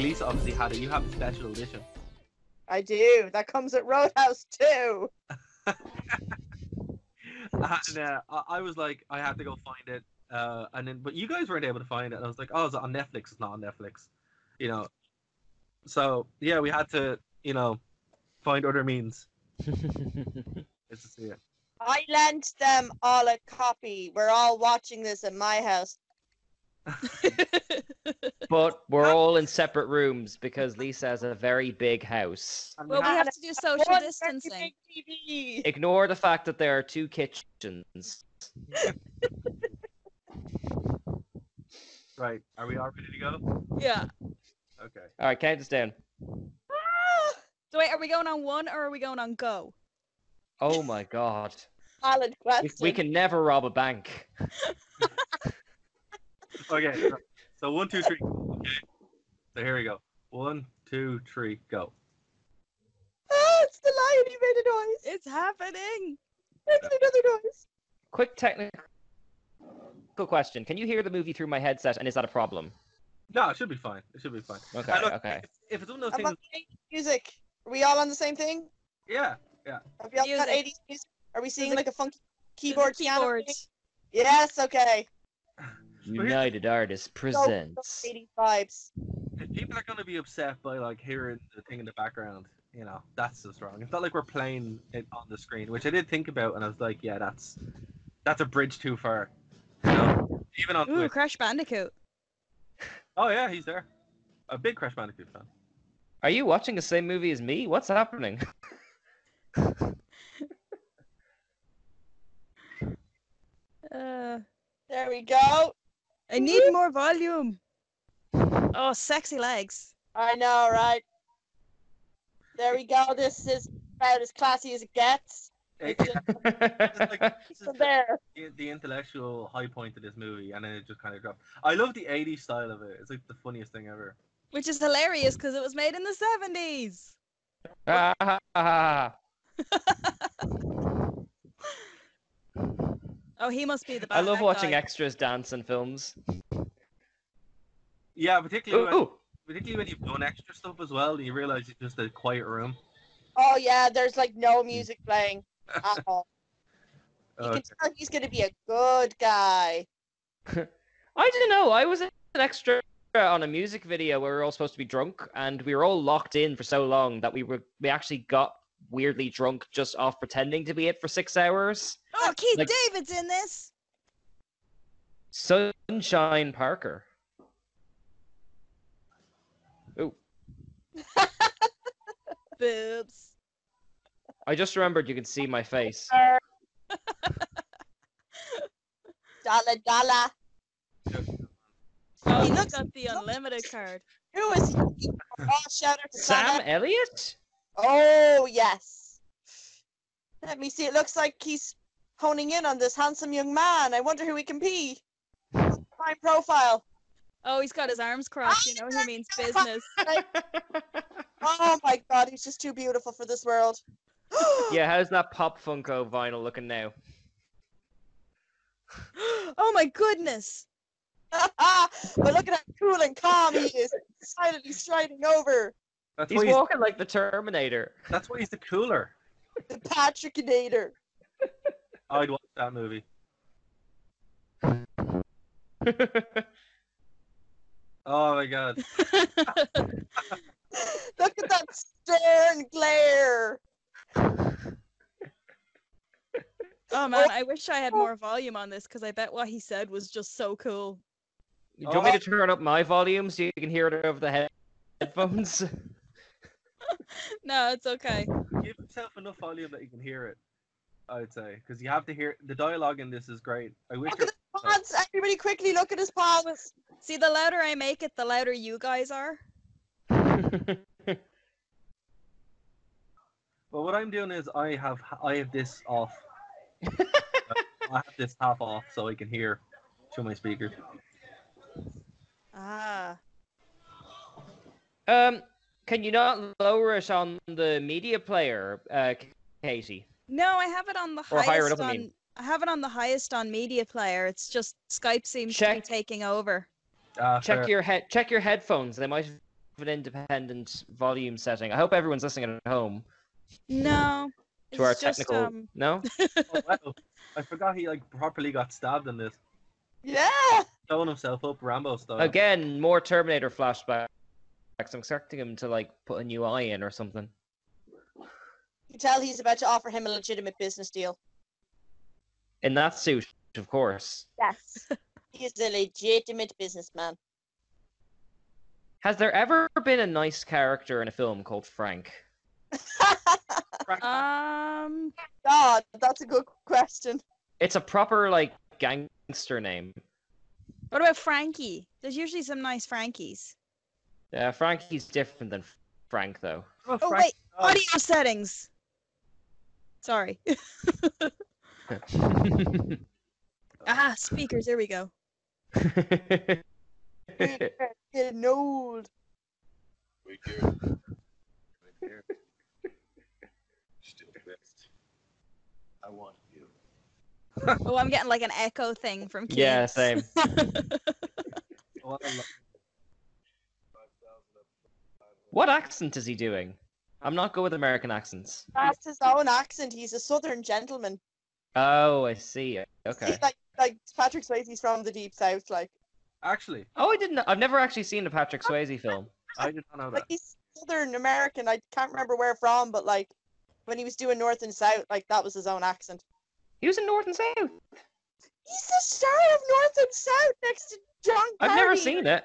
Lisa obviously had it. You have the special edition. I do. That comes at Roadhouse too. And uh, I, I was like, I had to go find it. Uh, and then, but you guys weren't able to find it. And I was like, oh, it's on Netflix. It's not on Netflix. You know. So yeah, we had to, you know, find other means. It's to see it. I lent them all a copy. We're all watching this in my house. but we're all in separate rooms because Lisa has a very big house. And Well, we had- have to do social One very distancing. big TV. Ignore the fact that there are two kitchens. right. Are we all ready to go? Yeah. Okay. All right, count us down. So wait, are we going on one or are we going on go? Oh my god. Valid We, question. we can never rob a bank. Okay. so- So one, two, three. Okay. So here we go. One, two, three, go. Oh, it's the lion. He made a noise. It's happening. It's another noise. Quick technical question. Can you hear the movie through my headset and is that a problem? No, it should be fine. It should be fine. Okay, I don't- okay. If it's one of those I'm on things, music. Are we all on the same thing? yeah. Have you all got Music. 80s music? Are we seeing Music. like a funky There's a keyboard, piano? keyboard. thing? Yes. Okay. United Artists presents. 80s vibes. If people are going to be upset by like hearing the thing in the background, you know, that's just wrong. It's not like we're playing it on the screen, which I did think about, and I was like, yeah, that's that's a bridge too far. You know, even on Ooh, Twitch. Crash Bandicoot. Oh yeah, he's there. A big Crash Bandicoot fan. Are you watching the same movie as me? What's happening? Uh, There we go. I need more volume. Oh, sexy legs. I know, right? There we go. This is about as classy as it gets. It- It's just it's like, this is from the, there. the intellectual high point of this movie, and then it just kind of dropped. I love the '80s style of it. It's like the funniest thing ever. Which is hilarious because it was made in the 70s. Ah, ah, ah. Oh, he must be the I bad love guy. watching extras dance in films. Yeah, Ooh, particularly when, ooh. particularly when you've done extra stuff as well, and you realize it's just a quiet room. Oh yeah, there's like no music playing at all. You Uh, can tell he's gonna be a good guy. I don't know. I was an extra on a music video where we were all supposed to be drunk, and we were all locked in for so long that we were we actually got weirdly drunk just off pretending to be it for six hours. Oh, Keith Like- David's in this. Sunshine Parker. Boobs. I just remembered you can see my face. Dollar dollar. Oh, He he looks- Oh, got the unlimited card. Who is he? Oh, shout out to Sam Sam. Elliott? Oh yes. Let me see. It looks like he's honing in on this handsome young man. I wonder who he can be. Prime profile. Oh, he's got his arms crossed. You know he means business. Oh my god, he's just too beautiful for this world. Yeah, how's that Pop Funko vinyl looking now? Oh my goodness. but look at how cool and calm he is, silently striding over that's He's why he's, walking like the Terminator. that's why he's the cooler. the Patrickinator. I'd watch that movie. Oh my god. Look at that stern glare. Oh man, I wish I had more volume on this because I bet what he said was just so cool. Do you want me to turn up my volume so you can hear it over the head- headphones? No, it's okay. Give yourself enough volume that you can hear it. I would say because you have to hear the dialogue in this is great. I wish. Look it- at the pants. Everybody quickly look at his pants. See, the louder I make it, the louder you guys are. But what I'm doing is I have I have this off. Uh, I have this half off so I can hear through my speakers. Ah. Um, can you not lower it on the media player, uh, K- Katie? No, I have it on the Or highest higher it up, I on. mean. I have it on the highest on Media Player. It's just Skype seems to Check. be taking over. Uh, Check your head. Check your headphones. They might an independent volume setting. I hope everyone's listening at home No. to our it's just, technical. um, No, Oh, wow. I forgot he like properly got stabbed in this, Yeah. throwing himself up Rambo style. again, more Terminator flashbacks. I'm expecting him to like put a new eye in or something. You tell he's about to offer him a legitimate business deal. In that suit, of course. Yes. He's a legitimate businessman. Has there ever been a nice character in a film called Frank? Oh, Um, God, that's a good question. It's a proper like gangster name. what about Frankie? There's usually some nice Frankies. Uh, Frankie's different than Frank though. Oh, Oh, Frank- wait, oh, audio settings. Sorry. ah, speakers. There we go. Getting old. We do. Right here. Still pissed. I want you. Oh, I'm getting like an echo thing from Keith. yeah, same. what a lo- 5,000 up. What accent is he doing? I'm not good with American accents. That's his own accent. He's a southern gentleman. Oh, I see. Okay. He's like like Patrick Swayze's from the deep south. Like Actually, Oh, I didn't. I've never actually seen a Patrick Swayze film. I did not know like that. he's southern American. I can't remember where from, but like when he was doing north and south, like that was his own accent. He was in North and South. He's the star of North and South next to John. I've never Carney. seen it.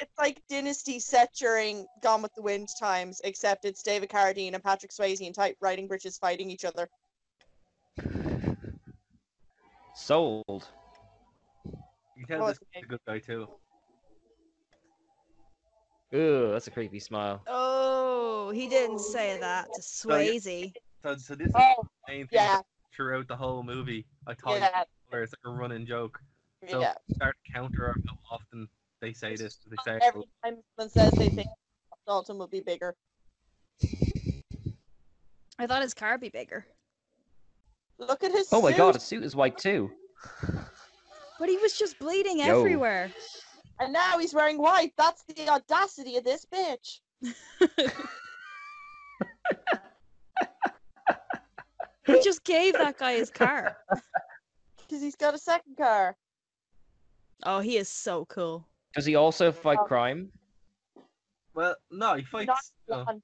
It's like Dynasty set during Gone with the Wind times, except it's David Carradine and Patrick Swayze in tight riding breeches fighting each other. Sold. You tell Oh, this guy's a good guy too. Ooh, that's a creepy smile. Oh, he didn't say Oh, that to So, yeah. Swayze. So, so this is the Oh main thing yeah, throughout the whole movie. I thought yeah, it's like a running joke. So yeah. start to counter how often they say this. They say Every time someone says they think Dalton will be bigger, I thought his car would be bigger, look at his. Oh my suit. god, his suit is white too. but he was just bleeding Yo. everywhere. And now he's wearing white. That's the audacity of this bitch. He just gave that guy his car. Because he's got a second car. Oh, he is so cool. Does he also fight Um, crime? Well, no, he fights. Not no. Oh. blonde.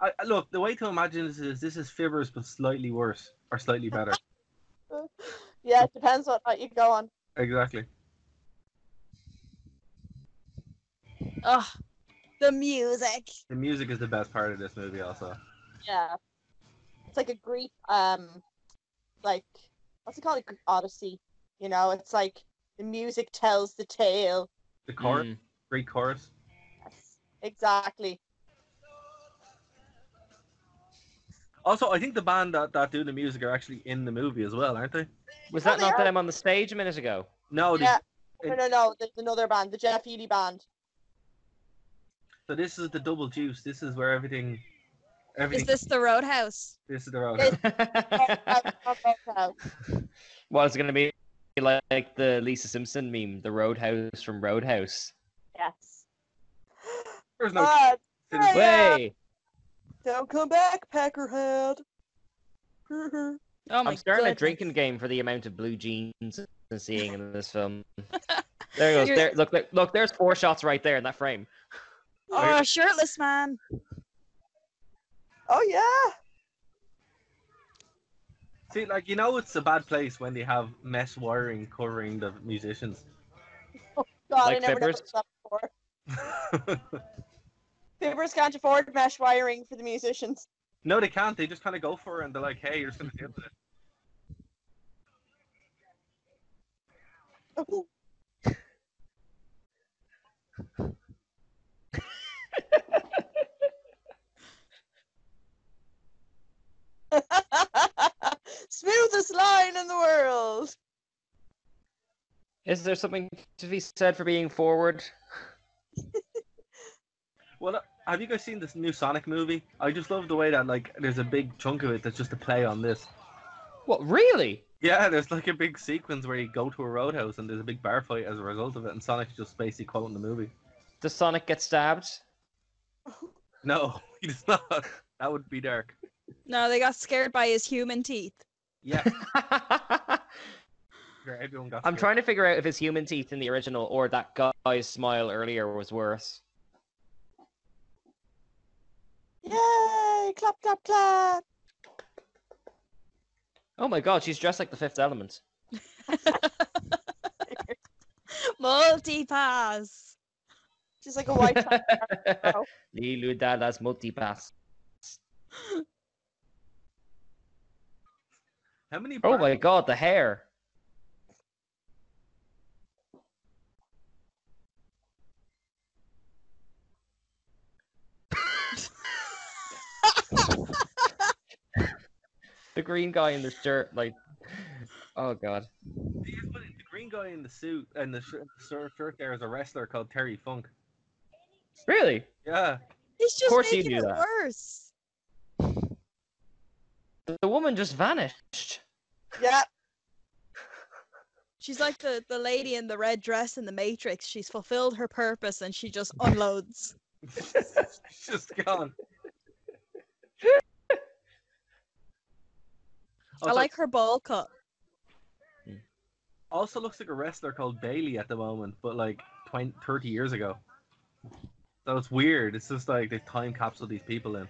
I, I- look, the way to imagine this is this is Fibbers, but slightly worse or slightly better. Yeah, it depends what night you go on. exactly. Oh, the music. The music is the best part of this movie, also. Yeah. It's like a Greek, um, like, what's it called? A Greek Odyssey. You know, it's like the music tells the tale. The chorus, Mm. Greek chorus. Yes, exactly. Also, I think the band that, that do the music are actually in the movie as well, aren't they? Was Oh, that they not them on the stage a minute ago? No, they- Yeah. No, and- no, no. There's another band, the Jeff Healy band. so this is the double juice. This is where everything, everything. Is This... this the Roadhouse? is the road. It's- well, it's gonna be like, like the Lisa Simpson meme, the Roadhouse from Roadhouse. yes. There's no. Ah, citizen- Yeah. Way. don't come back, Peckerhead. Oh my I'm starting goodness. a drinking game for the amount of blue jeans I'm seeing in this film. There goes. You're- There, look, look, look. There's four shots right there in that frame. Oh, a shirtless man. oh, yeah. See, like you know, it's a bad place when they have mesh wiring covering the musicians. God, I Like Fibbers? never noticed that before. Fibbers can't afford mesh wiring for the musicians. no, they can't. They just kind of go for it, and they're like, "Hey, you're just gonna deal with it." Smoothest line in the world. Is there something to be said for being forward? Well, uh, have you guys seen this new Sonic movie? I just love the way that like there's a big chunk of it that's just a play on this. What really? Yeah, there's like a big sequence where you go to a roadhouse and there's a big bar fight as a result of it, and Sonic's just basically quoting the movie. Does Sonic get stabbed? No, he does not. That would be dark. No, they got scared by his human teeth. Yeah, sure, everyone got. I'm scared. trying to figure out if his human teeth in the original or that guy's smile earlier was worse. Yay! Clap, clap, clap. Oh my god, she's dressed like the fifth element. Multi-pass. She's like a white. Oh. Wow. Lilu Dallas multipass. How many? Oh bar- my god, the hair. the green guy in the shirt, like, oh god. He is funny. The green guy in the suit and the shirt, shirt, shirt there is a wrestler called Terry Funk. Really? Yeah, He's just course he making knew it that. worse. The the woman just vanished. yeah. She's like the, the lady in the red dress in the Matrix. She's fulfilled her purpose and she just unloads. It's just gone. I Also- like her ball cut. Also looks like a wrestler called Bailey at the moment, but like 20, 30 years ago. So it's weird. It's just like they time capsule these people in.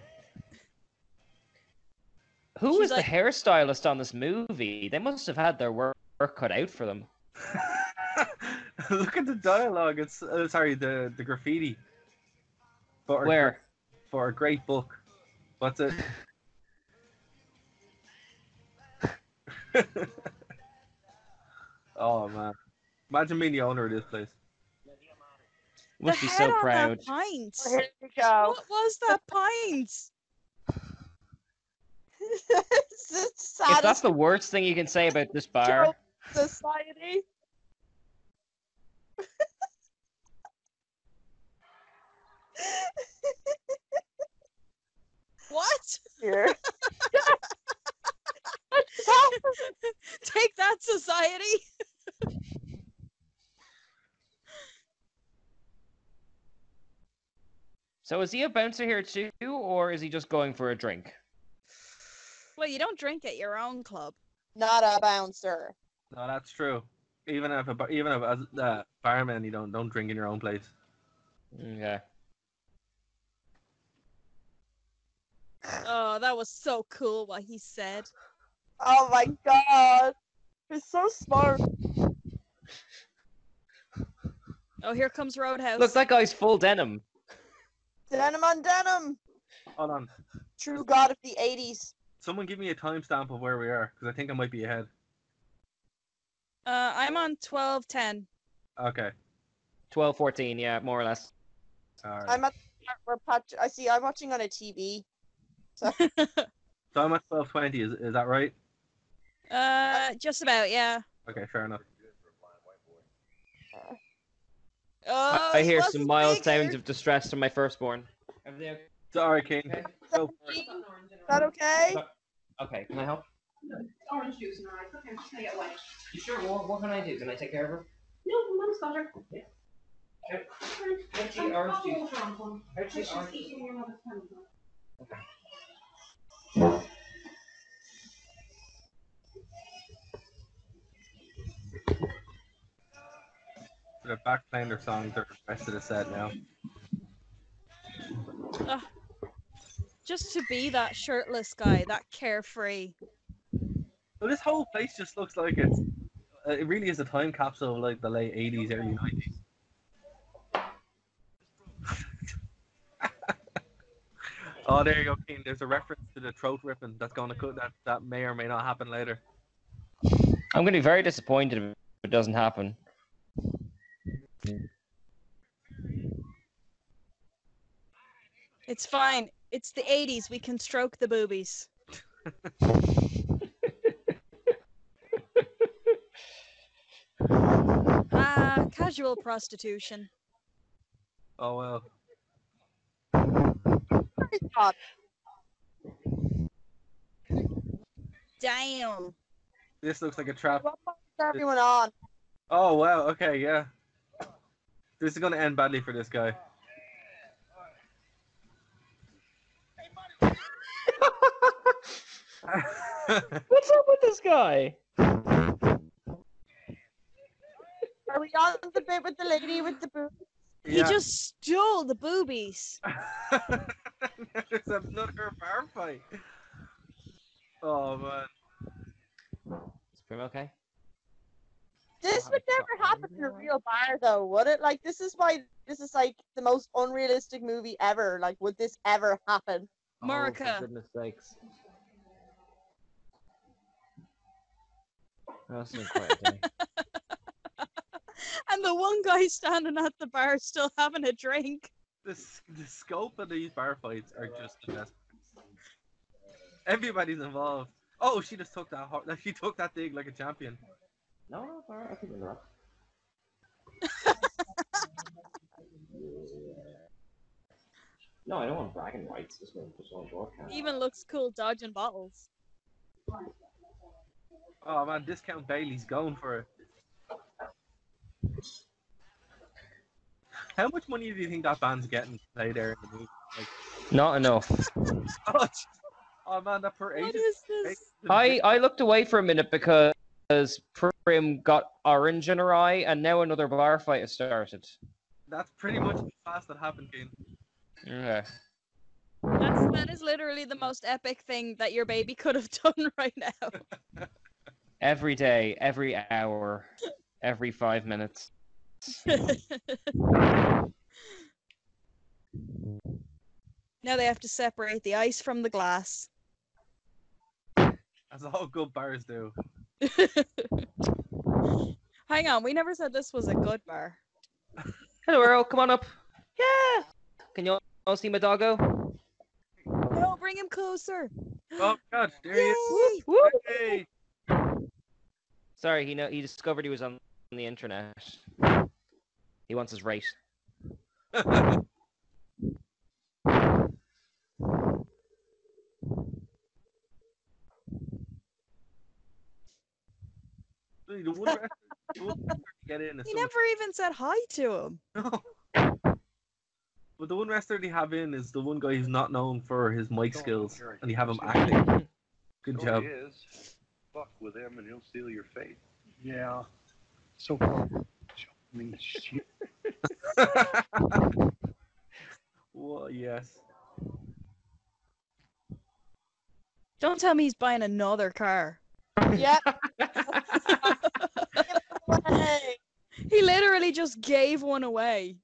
Who She's was like- the hairstylist on this movie? They must have had their work, work cut out for them. Look at the dialogue. It's uh, sorry, the the graffiti. For a Where? gr- for a great book. What's it? oh man, imagine being the owner of this place. Must the be head so proud. On that pint. Here we go. What was that pint? it's the If that's saddest the worst thing you can say about this bar, society. What? Here. Take that society. so is he a bouncer here too, or is he just going for a drink? Well, you don't drink at your own club. Not a bouncer. No, that's true. Even if a, bar- even if as a fireman, you don't don't drink in your own place. Yeah. Oh, that was so cool what he said. Oh my god. He's so smart. Oh, here comes Roadhouse. Look, that guy's full denim. Denim on denim. Hold on, True god of the 80s. someone give me a timestamp of where we are because I think I might be ahead. uh, I'm on 1210. Okay, Twelve, fourteen, yeah, more or less. all right. I'm at the part where Pat- I see I'm watching on a TV. so I'm at twelve twenty. Is is that right? Uh, just about, yeah. Okay, fair enough. Oh, I he hear was some mild bigger. sounds of distress from my firstborn. Everything Sorry, King. Go for Is it. that okay? Okay, can I help? orange juice and I okay, I get one. You sure? What, what can I do? Can I take care of her? No, mom's got her. Yeah. Okay. Let's Actually, orange juice. Let's just eat from your mother's hand. They're back playing their songs. They're the rest of the set now. Just to be that shirtless guy, that carefree. So this whole place just looks like it's. uh, It really is a time capsule of like the late eighties, early nineties. oh, there you go, Keen. There's a reference to the throat ripping that's going to cut that that may or may not happen later. I'm going to be very disappointed if it doesn't happen. It's fine. It's the 80s. We can stroke the boobies. Ah, casual prostitution. Oh well. Damn. This looks like a trap. What part is everyone on? Oh wow. Okay. Yeah. This is gonna end badly for this guy. What's up with this guy? Are we on the bit with the lady with the boob? He just stole the boobies. There's another bar fight. Oh man. Is Prim okay? This Wow, would it's never got happen in a real bar, though, would it? Like, this is why this is like the most unrealistic movie ever. Like, would this ever happen? Marika. Oh, for goodness sakes. That's been quite a day. And the one guy standing at the bar still having a drink. The, s- the scope of these bar fights are just the best. Everybody's involved. Oh, she just took that. Hard, she took that dig like a champion. No, no, it's alright. I can handle that. No, I don't want bragging rights. This one just want He broadcast. even looks cool dodging bottles. Oh man, discount Bailey's going for it. How much money do you think that band's getting to play there in the movie? Not enough. Oh, oh man, that per What agent. is this? I I looked away for a minute because Prim got orange in her eye, and now another bar fight has started. That's pretty much how fast that happened, Kane. Okay. That's, that is literally the most epic thing that your baby could have done right now. Every day, every hour, every five minutes. Now they have to separate the ice from the glass. As all good bars do. Hang on, we never said this was a good bar. Hello, Earl. Come on up. Yeah. Can you all see my doggo? No, bring him closer. Oh god, there he is. Yay! Woo! Hey! Sorry, he know he discovered he was on the internet. He wants his rate. The wood wrestler- the wood wrestler to get in. is He so much- never even said hi to him. But the one wrestler they have in is the one guy who's not known for his mic Don't skills, worry, and they have him you're safe. acting. Good Go job. Oh, is, fuck with him and he'll steal your faith. Yeah. So fucking me shit. Well, yes. Don't tell me he's buying another car. Yep. Hey, He literally just gave one away.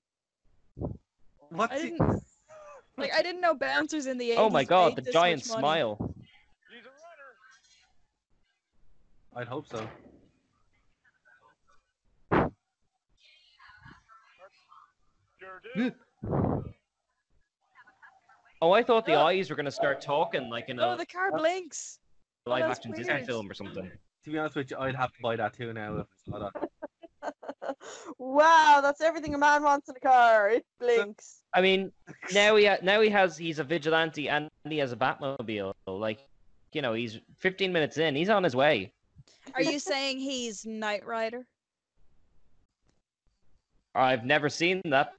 What's I he- didn't like I didn't know bouncers in the 80s. Oh my god, made the this giant much money. smile. I'd hope so. Oh, I thought the Oh. eyes were gonna start talking like in a Oh, the car blinks. oh, live that's action Disney weird. film or something. To be honest with you, I'd have to buy that too now if it's not on. wow, that's everything a man wants in a car. It blinks. I mean, now he ha- now he has he's a vigilante and he has a Batmobile. Like, you know, he's 15 minutes in, he's on his way. Are you saying he's Knight Rider? I've never seen that,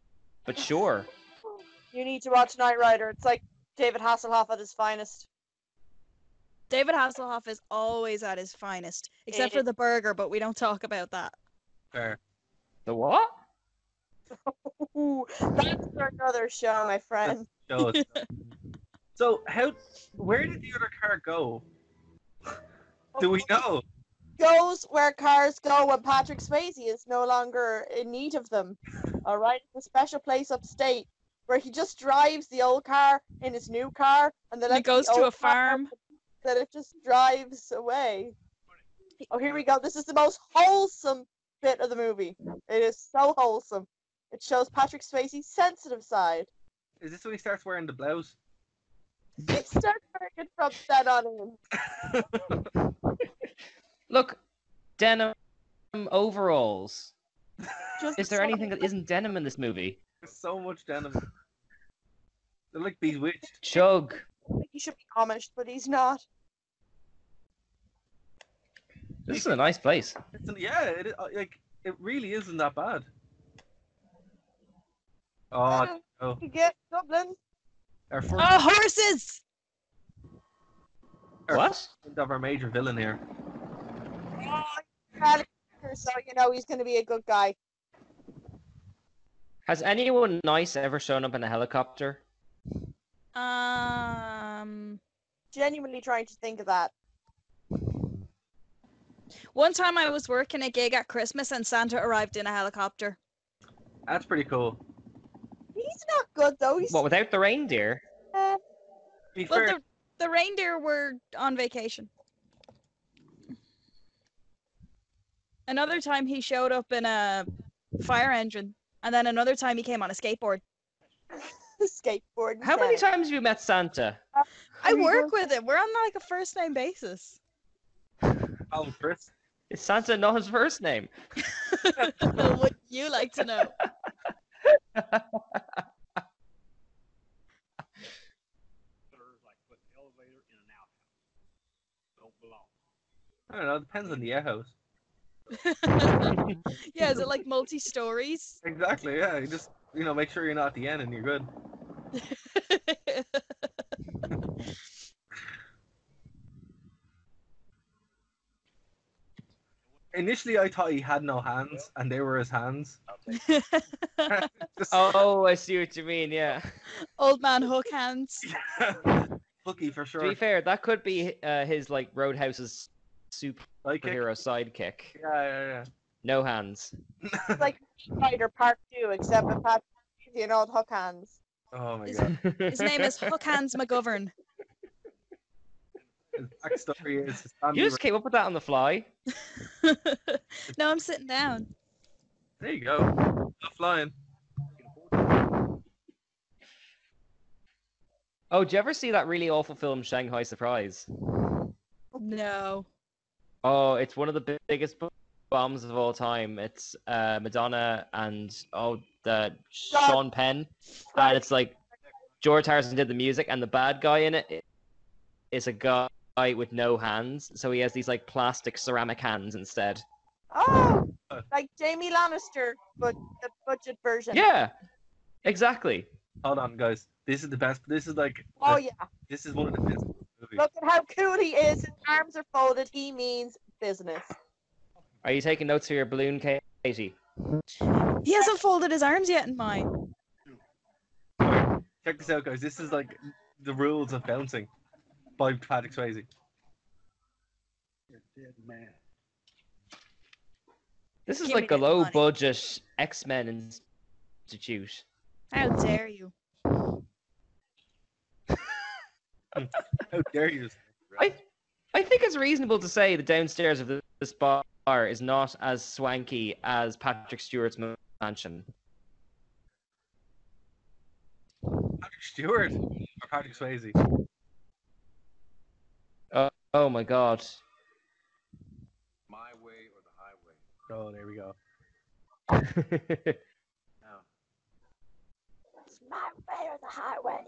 but sure. You need to watch Knight Rider. It's like David Hasselhoff at his finest. David Hasselhoff is always at his finest, except for the burger, but we don't talk about that. Fair. The what? Ooh, that's for another show, my friend. Shows. so how? Where did the other car go? Do we know? Goes where cars go when Patrick Swayze is no longer in need of them. All right, it's a special place upstate where he just drives the old car in his new car, and then He goes to a farm. that it just drives away. Oh, here we go. This is the most wholesome bit of the movie. It is so wholesome. It shows Patrick Swayze's sensitive side. Is this when he starts wearing the blouse? It starts working from then on in. Look, denim overalls. Just Is there so- anything that isn't denim in this movie? There's so much denim. They're like bewitched. Chug. He should be Amish, but he's not. This is a nice place. It's an, yeah, it, is- uh, like it really isn't that bad. Oh, Yeah, oh, you get Dublin. our first Oh, horses! Sure. What? hint of our major villain here. So you know he's gonna be a good guy. Has anyone nice ever shown up in a helicopter? Um, Genuinely trying to think of that. one time I was working a gig at Christmas and Santa arrived in a helicopter. That's pretty cool. To He's not good though. He's What, without the reindeer? uh, be Well, fair, the, the reindeer were on vacation. Another time he showed up in a fire engine, and then another time he came on a skateboard. skateboarding. How many down. times have you met Santa? I Amigo. work with him. We're on like a first name basis. oh, Chris. Is Santa not his first name? Well, would you like to know? like put the elevator in an outhouse. Don't belong. I don't know. It depends on the house. Yeah, is it like multi stories? Exactly. Yeah. You just you know make sure you're not at the end and you're good. Initially, I thought he had no hands, and they were his hands. I'll take Just Oh, I see what you mean, yeah. Old man hook hands. Bucky for To sure. be fair, that could be uh, his, like, Roadhouse's superhero Sidekick. sidekick. Yeah, yeah, yeah. No hands. Spider Park 2, except with Patrick Swayze and old hook hands. Oh my Is- god. His His name is Hook Hands McGovern. His backstory is his family You just came up with that on the fly. no, I'm sitting down. were- There you go. Not flying. Oh, did you ever see that really awful film, Shanghai Surprise? No. Oh, it's one of the bi- biggest b- bombs of all time. It's uh, Madonna and oh, the Sean Penn. And it's like George Harrison did the music, and the bad guy in it i- is a guy with no hands, so he has these like plastic ceramic hands instead. Oh, Uh. like Jamie Lannister, but the budget version. Yeah, exactly. Hold on, guys. This is the best. This is like. Oh, yeah. This is one of the best movies. Look at how cool he is. His arms are folded. He means business. Are you taking notes for your balloon, Ka- Katie? He hasn't folded his arms yet in mine. Check this out, guys. This is like the rules of bouncing by Patrick Swayze. You're a dead man. This is Give me like a that low money. budget X Men Institute. How dare you? How dare you? I, I think it's reasonable to say the downstairs of th- this bar is not as swanky as Patrick Stewart's ma- mansion. Patrick Stewart or Patrick Swayze? Oh my god. My way or the highway. Oh, there we go. Now, It's my way or the highway.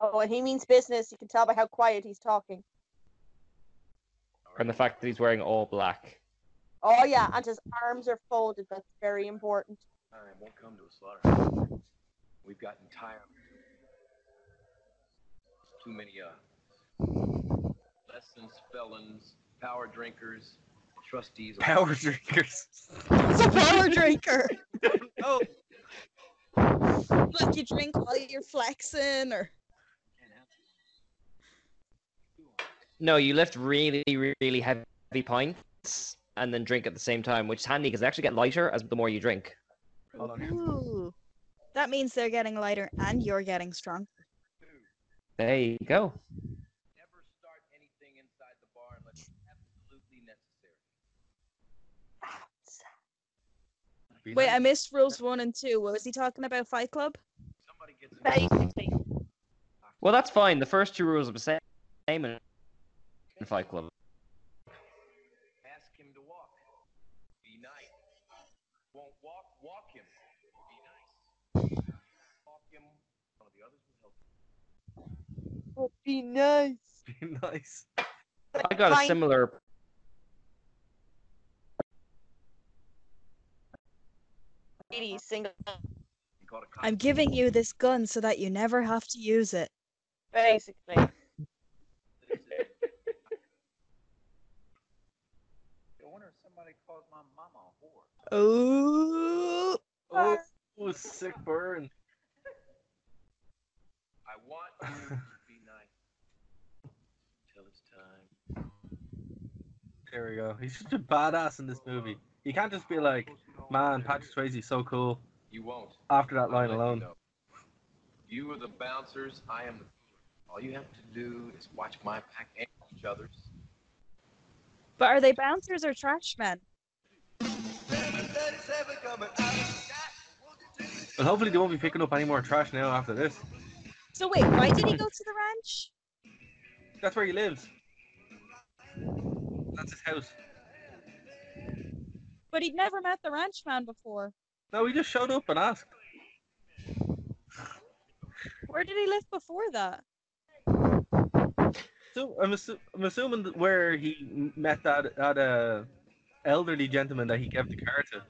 Oh, and he means business. You can tell by how quiet he's talking. all and the right. fact that he's wearing all black. Oh, yeah. And his arms are folded. That's very important. time won't come to a slaughterhouse. We've got entire too many uh lessons, felons, power drinkers, trustees. Power drinkers. He's a power drinker. Oh, like you drink while you're flexing or No, you lift really, really heavy pints and then drink at the same time, which is handy because they actually get lighter as the more you drink. hold on. Ooh. That means they're getting lighter and you're getting strong. There you go. Never start anything inside the bar unless it's absolutely necessary. Wait, I missed rules one and two. What was he talking about? Fight Club? Somebody gets Basically. Well, that's fine. The first two rules are the sa- same in in Fight Club. ask him to walk. Be nice. Won't walk, walk him. Be nice. Walk him. One of the others will help. Would be Oh, nice. nice. Like, I got a Fine. similar. Really single You got a cop. I'm giving you this gun so that you never have to use it. basically. I wonder if somebody calls my mama a whore. Oh, Oh, oh, sick burn. I want you to be nice. Till it's time. There we go. He's such a badass in this movie. You can't just be like, man, Patrick Swayze's so cool You won't. after that I'll line let you alone. know. You are the bouncers. I am the. All you have to do is watch my back and each other's. but are they bouncers or trash men? And hopefully they won't be picking up any more trash now after this. So wait, why did he go to the ranch? That's where he lives. That's his house. But he'd never met the ranch man before. No, he just showed up and asked. Where did he live before that? So I'm, assu- I'm assuming that where he m- met that that uh, elderly gentleman that he gave the car to.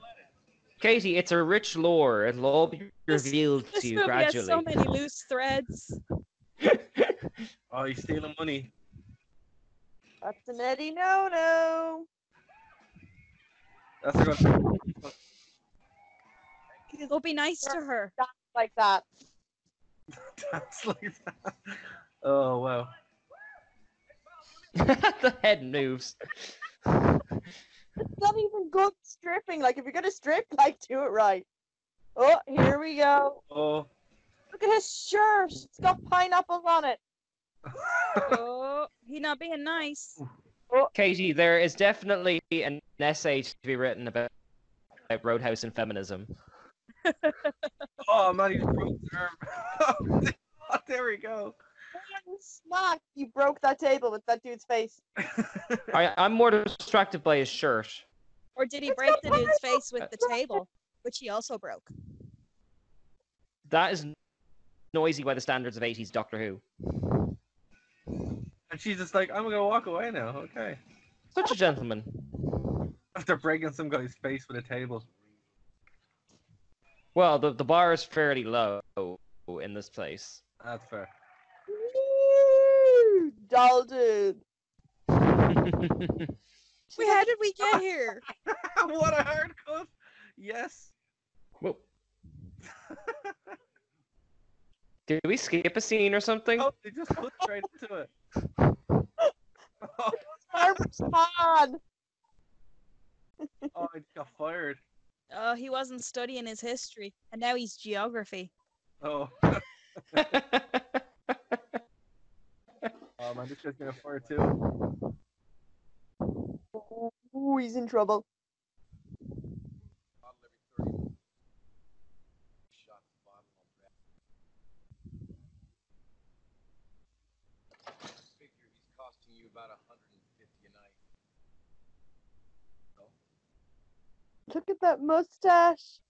Katie, it's a rich lore. It'll all be This- revealed This to you movie gradually. has so many loose threads. Oh, he's stealing money. That's an Eddie no no. That's the one. Go be nice to her. Like that. That's like that. Oh wow. the head moves. It's not even good stripping. Like if you're gonna strip, like do it right. Oh, here we go. Oh. Look at his shirt. It's got pineapples on it. oh, he not being nice. Katie, there is definitely an essay to be written about about Roadhouse and feminism. Oh man, he's broke his arm. oh, there we go. One Smack! You broke that table with that dude's face. I, I'm more distracted by his shirt. Or did he It's break got the dude's face with the on it. table, which he also broke? That is noisy by the standards of 80s Doctor Who. And she's just like, I'm gonna walk away now. Okay. Such a gentleman. After breaking some guy's face with a table. Well, the, the bar is fairly low in this place. That's fair. Woo! Doll dude. Wait, how did we get here? what a hard cut. Yes. Whoa. Did we skip a scene or something? Oh, they just put straight into it. Oh, Arms on. oh, I got fired. Oh, he wasn't studying his history, and now he's geography. Oh. Oh man, this guy's gonna fire too. Ooh, he's in trouble. Bottle every 30 minutes. Shot the bottle on back. Figure he's costing you about 150 a night. Look at that mustache.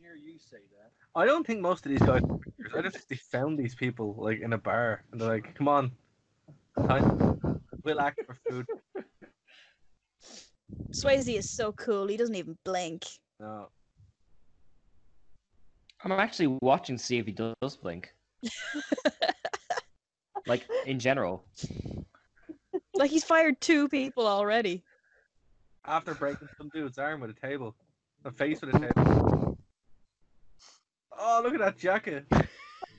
Hear you say that. I don't think most of these guys. Are actors. I just they found these people like in a bar and they're like, "Come on, time. we'll act for food." Swayze is so cool. He doesn't even blink. No. I'm actually watching to see if he does blink. like, in general. Like he's fired two people already. After breaking some dude's arm with a table, a face with a table. Oh, look at that jacket! Get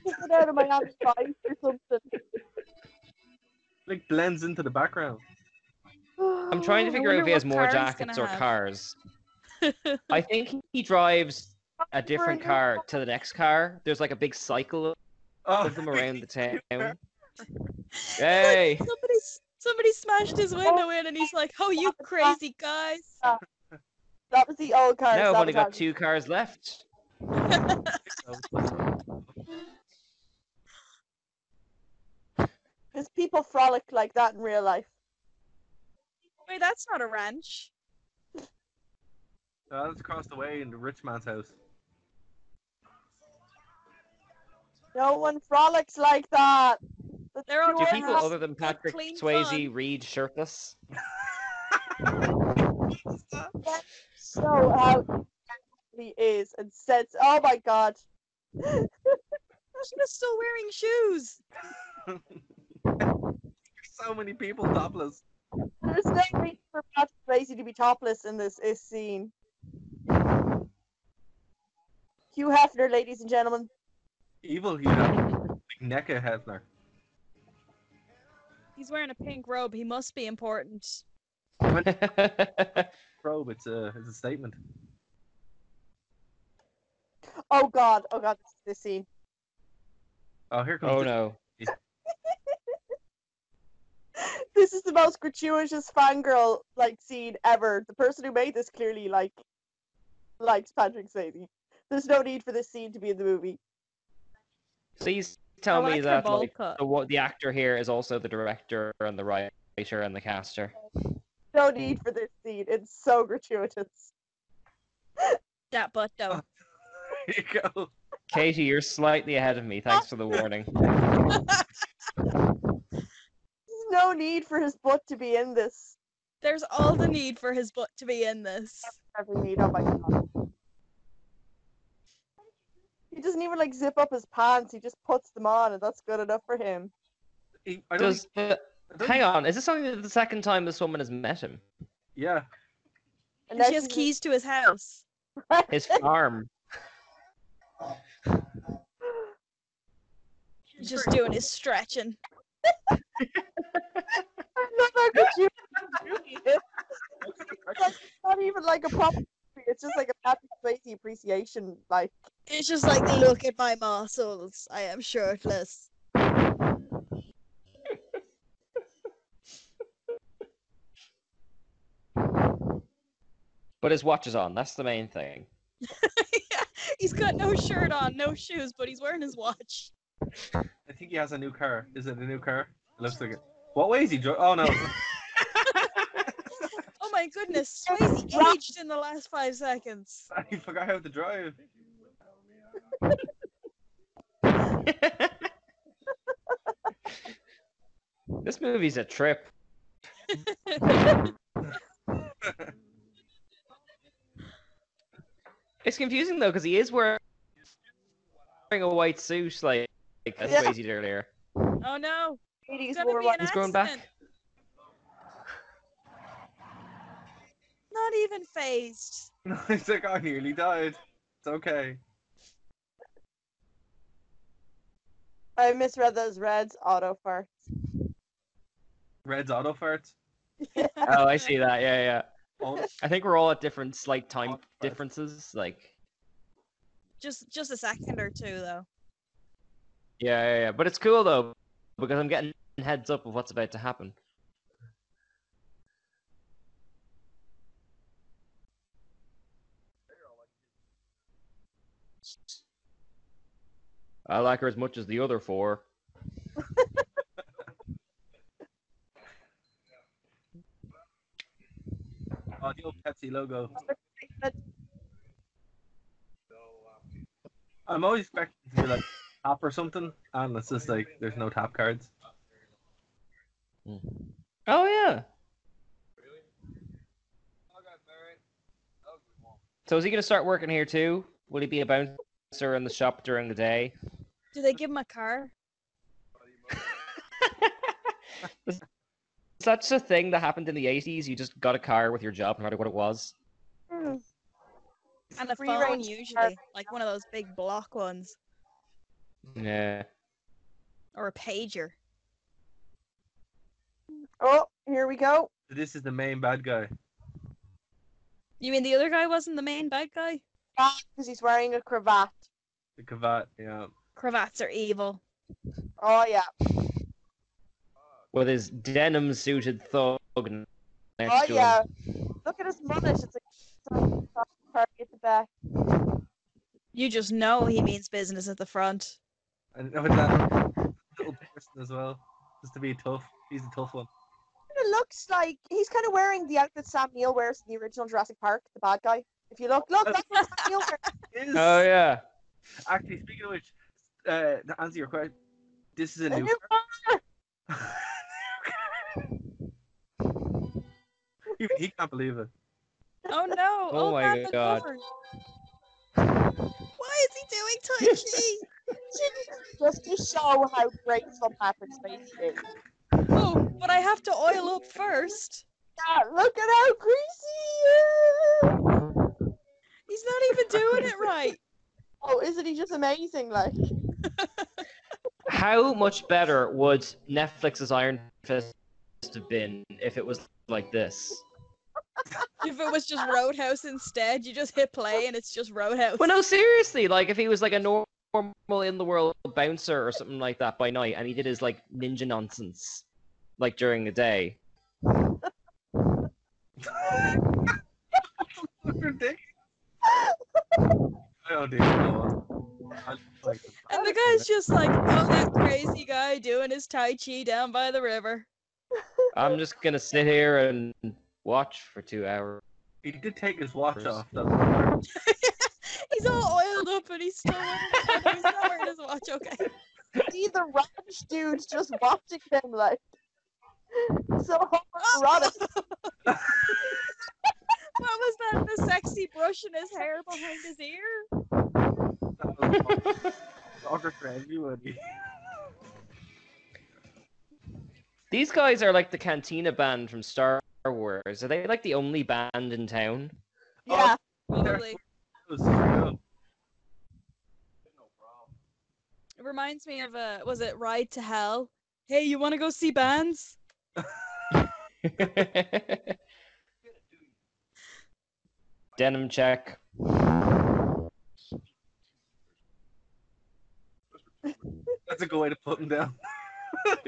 it out of my arms, guys, or something. Like blends into the background. I'm trying to Oh, I figure out if wonder he has what more car he's jackets gonna or have. cars. I think he drives a different car to the next car. There's like a big cycle Oh, of them around the town. Hey! Hey! Somebody, s- somebody smashed his window in, and he's like, "Oh, you crazy guys!" That was the old car. Now I've only got two cars left. Because people frolic like that in real life. Wait, that's not a ranch. Uh, that's across the way in the rich man's house. No one frolics like that. The They're all Do pure Well, people that's other than Patrick clean Swayze fun. read shirtless? So how he is and says, "Oh my God, She was still wearing shoes. so many people topless. there's no reason for Patrick Swayze to be topless in this is scene." Hugh Hefner, ladies and gentlemen. Evil Hugh Hefner. Like NECA Hefner. He's wearing a pink robe. He must be important. Probe, it's a, it's a statement. Oh God, oh God, this, this scene. Oh, here comes oh the- no. This is the most gratuitous fangirl like scene ever. The person who made this clearly like likes Patrick Swayze. There's no need for this scene to be in the movie. Please tell I me like her that bowl like, cut. the, wa- the actor here is also the director and the writer and the caster. No need for this scene. It's so gratuitous. That butt though. Here you go. Katie, you're slightly ahead of me. Oh. Thanks for the warning. There's no need for his butt to be in this. There's all the need for his butt to be in this. Every need. Oh my god. He doesn't even like zip up his pants. He just puts them on, and that's good enough for him. He- I don't Does the, think- I don't hang think- on, is this something that the second time this woman has met him? Yeah. And she has he's- keys to his house. His farm. Just doing his stretching. Another gratuitous. Not even like a proper. It's just like a Patrick Swayze appreciation. Like It's just like, look at my muscles. I am shirtless. But his watch is on. That's the main thing. yeah, he's got no shirt on, no shoes, but he's wearing his watch. I think he has a new car. Is it a new car? It looks like it. What way is he? Dro- oh no. Oh my goodness, Swayze aged in the last five seconds. he forgot how to drive. This movie's a trip. Oh, it's confusing though because he is wearing a white suit, like, like as Yeah. Swayze did earlier. Oh no, ladies gonna were be like, an He's going back. Accident. not even phased. No, he's like I nearly died. It's okay. I misread those reds auto farts. Red's auto farts. Oh, I see that. Yeah, yeah. Auto- I think we're all at different slight time Odd first. differences. Like, Just, just a second or two though. yeah, yeah, yeah. But it's cool though because I'm getting heads up of what's about to happen. I like her as much as the other four. oh, the old Pepsi logo. I'm always expecting to be like tap or something, and it's just like there's no tap cards. Oh yeah. So is he gonna start working here too? Will he be a bouncer in the shop during the day? Do they give him a car? Such a thing that happened in the eighties. You just got a car with your job, no matter what it was. And a Free phone range car. usually, like one of those big block ones Yeah. or a pager. Oh, here we go. This is the main bad guy. You mean the other guy wasn't the main bad guy? Because he's wearing a cravat. The cravat. Yeah. Cravats are evil. Oh yeah. With his denim suited thug next Oh to yeah. him. Look at his mustache. It's like target at the back. You just know he means business at the front. And oh, that little person as well, just to be tough. He's a tough one. It looks like he's kind of wearing the outfit Sam Neill wears in the original Jurassic Park, the bad guy. If you look, look, that's what Sam Neill wears. Is Oh yeah. actually speaking of which, uh, to answer your question, this is a A new. new he, he can't believe it. Oh no! Oh old my man the God. Coward. Why is he doing Tai Chi? just to show how graceful Patrick Spacey is. oh, but I have to oil up first. Yeah, look at how greasy he is. He's not even doing it right. Oh, isn't he just amazing? Like, How much better would Netflix's Iron Fist have been if it was like this? If it was just Roadhouse instead, you just hit play and it's just Roadhouse. Well, no, seriously. Like if he was like a nor- normal in the world bouncer or something like that by night, and he did his like ninja nonsense like during the day. Ridiculous. oh dear. Lord. I like this. and the guy's just like, oh, that crazy guy doing his Tai Chi down by the river. I'm just gonna sit here and watch for two hours. He did take his watch Bruce. off. That's He's all oiled up and he's still wearing, he's not wearing his watch, okay? see the rash dudes just watching them, like, so homoerotic. What was that? The sexy brushing his hair behind his ear? that was soccer for everybody. These guys are like the Cantina band from Star Wars. Are they like the only band in town? Yeah, Probably. It was so No problem. It reminds me of a was it Ride to Hell? Hey, you want to go see bands? Get it, do you? Denim check. That's a good way to put him down.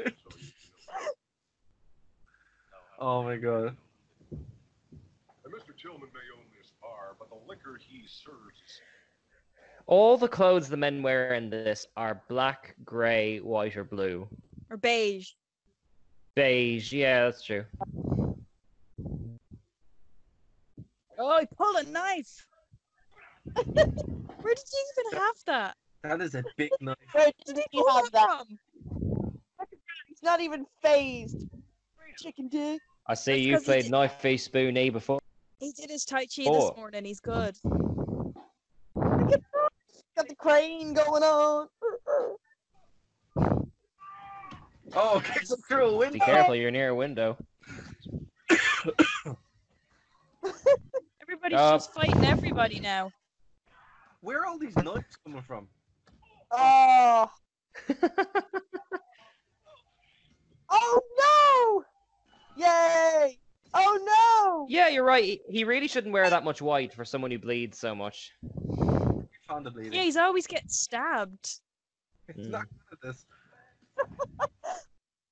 oh my god. And Mr. Tillman may own this bar, but the liquor he serves is All the clothes the men wear in this are black, grey, white, or blue. Or beige? Beige, yeah, that's true. Oh, he pulled a knife. Where did you even have that? That is a big knife. where Where did did he you have that? from? He's not even phased. Chicken dick. I see That's you 'cause he played did- knife, face, spoonie before. He did his Tai Chi Oh. this morning. He's good. Got the crane going on. Oh, kicks him through a Be window. careful, you're near a window. Everybody's Uh, just fighting everybody now. Where are all these knives coming from? Oh. oh no! Yay! Oh no! Yeah, you're right. he- He really shouldn't wear that much white for someone who bleeds so much. You found the bleeding. Yeah, he's always getting stabbed. He's not good at this.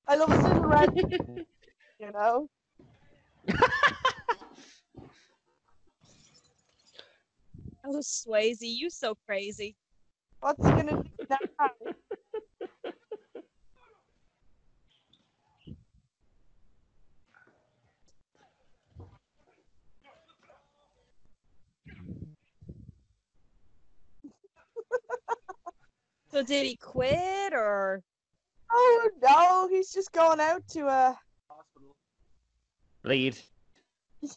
I love his little red. you know? Oh, Swayze, you so crazy. What's he gonna do now? So did he quit or? Oh no! He's just going out to uh, a. Hospital. Bleed.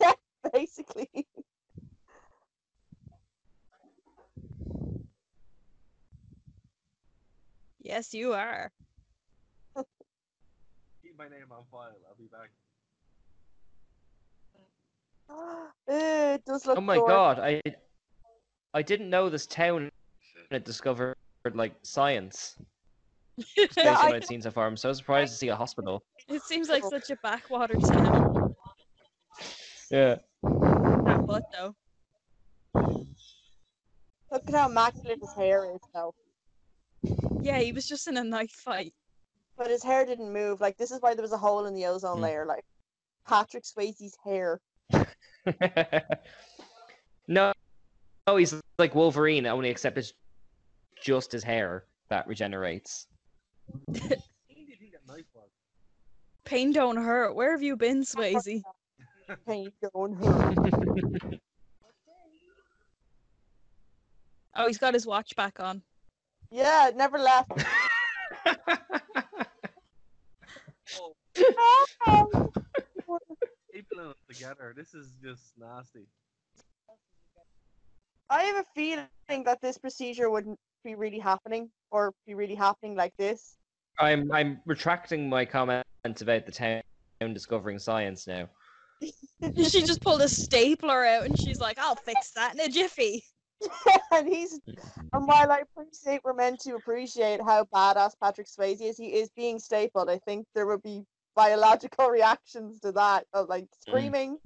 Yeah, basically. Yes, you are. Keep my name on file. I'll be back. Ew, it does look. Oh my gorgeous. god, I I didn't know this town had discovered like science based Yeah, on I- what I'd seen so far. I'm so surprised to see a hospital. It seems like such a backwater town. Yeah. That butt though. Look at how immaculate his hair is though. Yeah, he was just in a knife fight. But his hair didn't move. Like this is why there was a hole in the ozone Hmm. layer. Like Patrick Swayze's hair. no, no, he's like Wolverine, only except it's just his hair that regenerates. He did he get knife was? Pain don't hurt. Where have you been, Swayze? Pain don't hurt. Oh, he's got his watch back on. Yeah, it never left. Keeping them together. This is just nasty. I have a feeling that this procedure wouldn't be really happening or be really happening like this. I'm I'm retracting my comment about the town discovering science now. she just pulled a stapler out and she's like, I'll fix that in a jiffy. and he's and while I appreciate we're meant to appreciate how badass Patrick Swayze is, he is being stapled. I think there would be biological reactions to that of like screaming.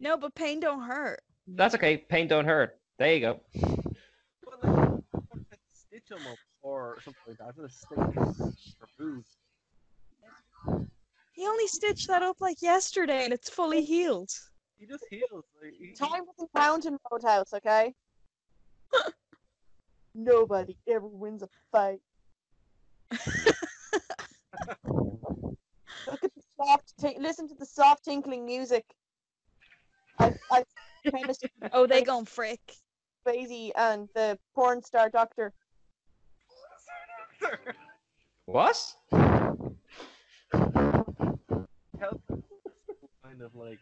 No, but pain don't hurt. That's okay. Pain don't hurt. There you go. But like, stitch them up or something like that. Just stick them removed. He only stitched that up like yesterday and it's fully healed. He just heals. Like, he, Time for the mountain house, okay? Nobody ever wins a fight. Look at the soft, tin- listen to the soft tinkling music. I, I, premise Oh, they gon' frick. Swayze and the porn star doctor. What? help kind of like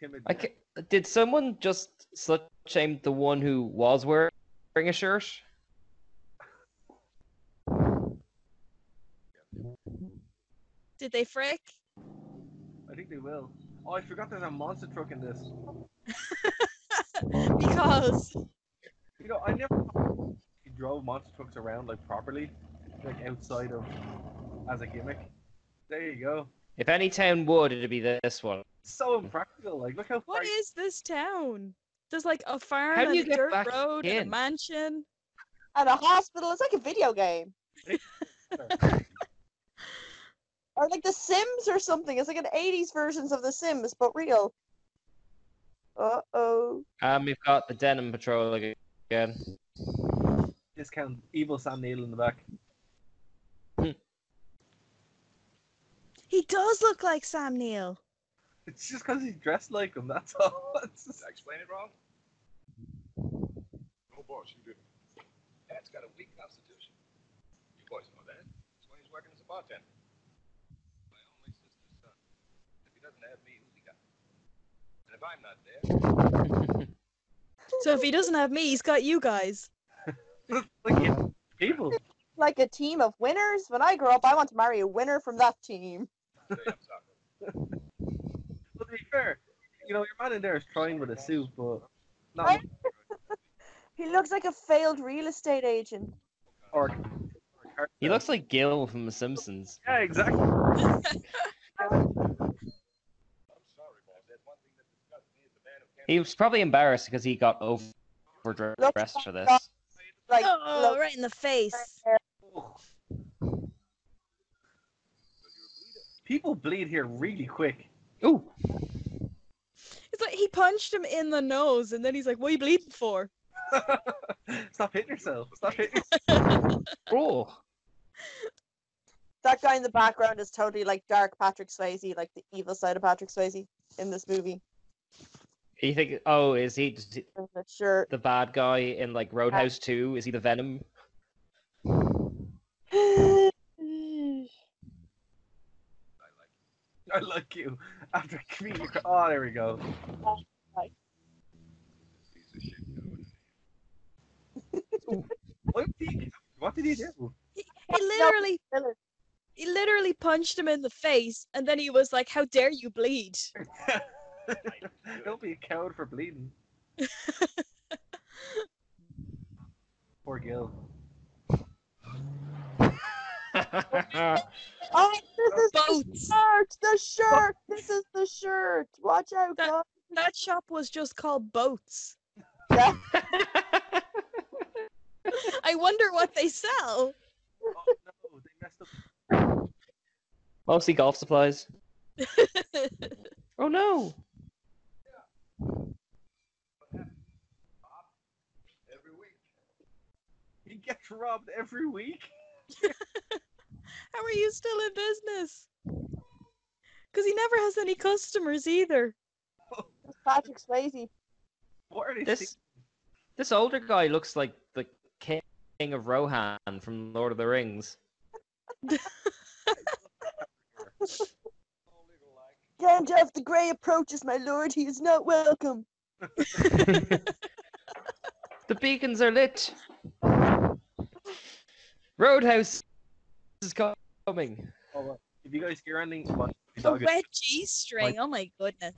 timid. I ca- did someone just slut shame the one who was wearing a shirt? Did they frick? I think they will. Oh, I forgot there's a monster truck in this. Because You know, I never actually drove monster trucks around like properly, like outside of as a gimmick. There you go. If any town would, it'd be this one. So impractical. Like, look how what far- is this town? There's like a farm How do and you a get dirt back road and in? a mansion. At a hospital, it's like a video game. or like The Sims or something. It's like an 80s versions of The Sims, but real. Uh oh. And we've got the denim patrol ag- again. discount evil Sam Neil in the back. He does look like Sam Neill. It's just because he's dressed like him. That's all. It's just- Did I explain it wrong? No, boss, you didn't. Dad's got a weak constitution. You boys know that. That's why he's working as a bartender. My only sister's son. If he doesn't have me, who's he got? And if I'm not there, So if he doesn't have me, he's got you guys. like Uh-huh. yeah, people. Like a team of winners. When I grow up, I want to marry a winner from that team. say I'm sorry. But to be fair, you know your man in there is trying with a suit, but not Right? He looks like a failed real estate agent. or. or- He looks like Gil from The Simpsons. Yeah, exactly. I'm sorry, boss. That's one thing that disgusts me is the man who can't. He was probably embarrassed because he got over- overdressed for this. Like, oh, look- right in the face. People bleed here really quick. Ooh, It's like he punched him in the nose and then he's like, What are you bleeding for? Stop hitting yourself. Stop hitting yourself. oh, that guy in the background is totally like dark Patrick Swayze, like the evil side of Patrick Swayze in this movie. you think? Oh, is he just With the shirt. the bad guy in like Roadhouse Two? Is he the Venom? Oh, I like you. After comedian. Oh, there we go. Piece of shit, you know. What did he, what did he do? He literally he literally punched him in the face and then he was like, How dare you bleed? Don't be a coward for bleeding. Poor Gil. Oh, this is the Boats. shirt. The shirt. This is the shirt. Watch out, That- guys. That shop was just called Boats. I wonder what they sell. Oh no, they messed up. Mostly golf supplies. oh no! Every week. He gets robbed every week. How are you still in business? Because he never has any customers either. This is Patrick Swayze. What are they? This this older guy looks like the king of Rohan from Lord of the Rings. All legal like. Gandalf the Grey approaches, my lord. He is not welcome. The beacons are lit. Roadhouse is co- coming. Oh, uh, if you guys hear anything, my, my, The dog is, red G string. Oh my goodness.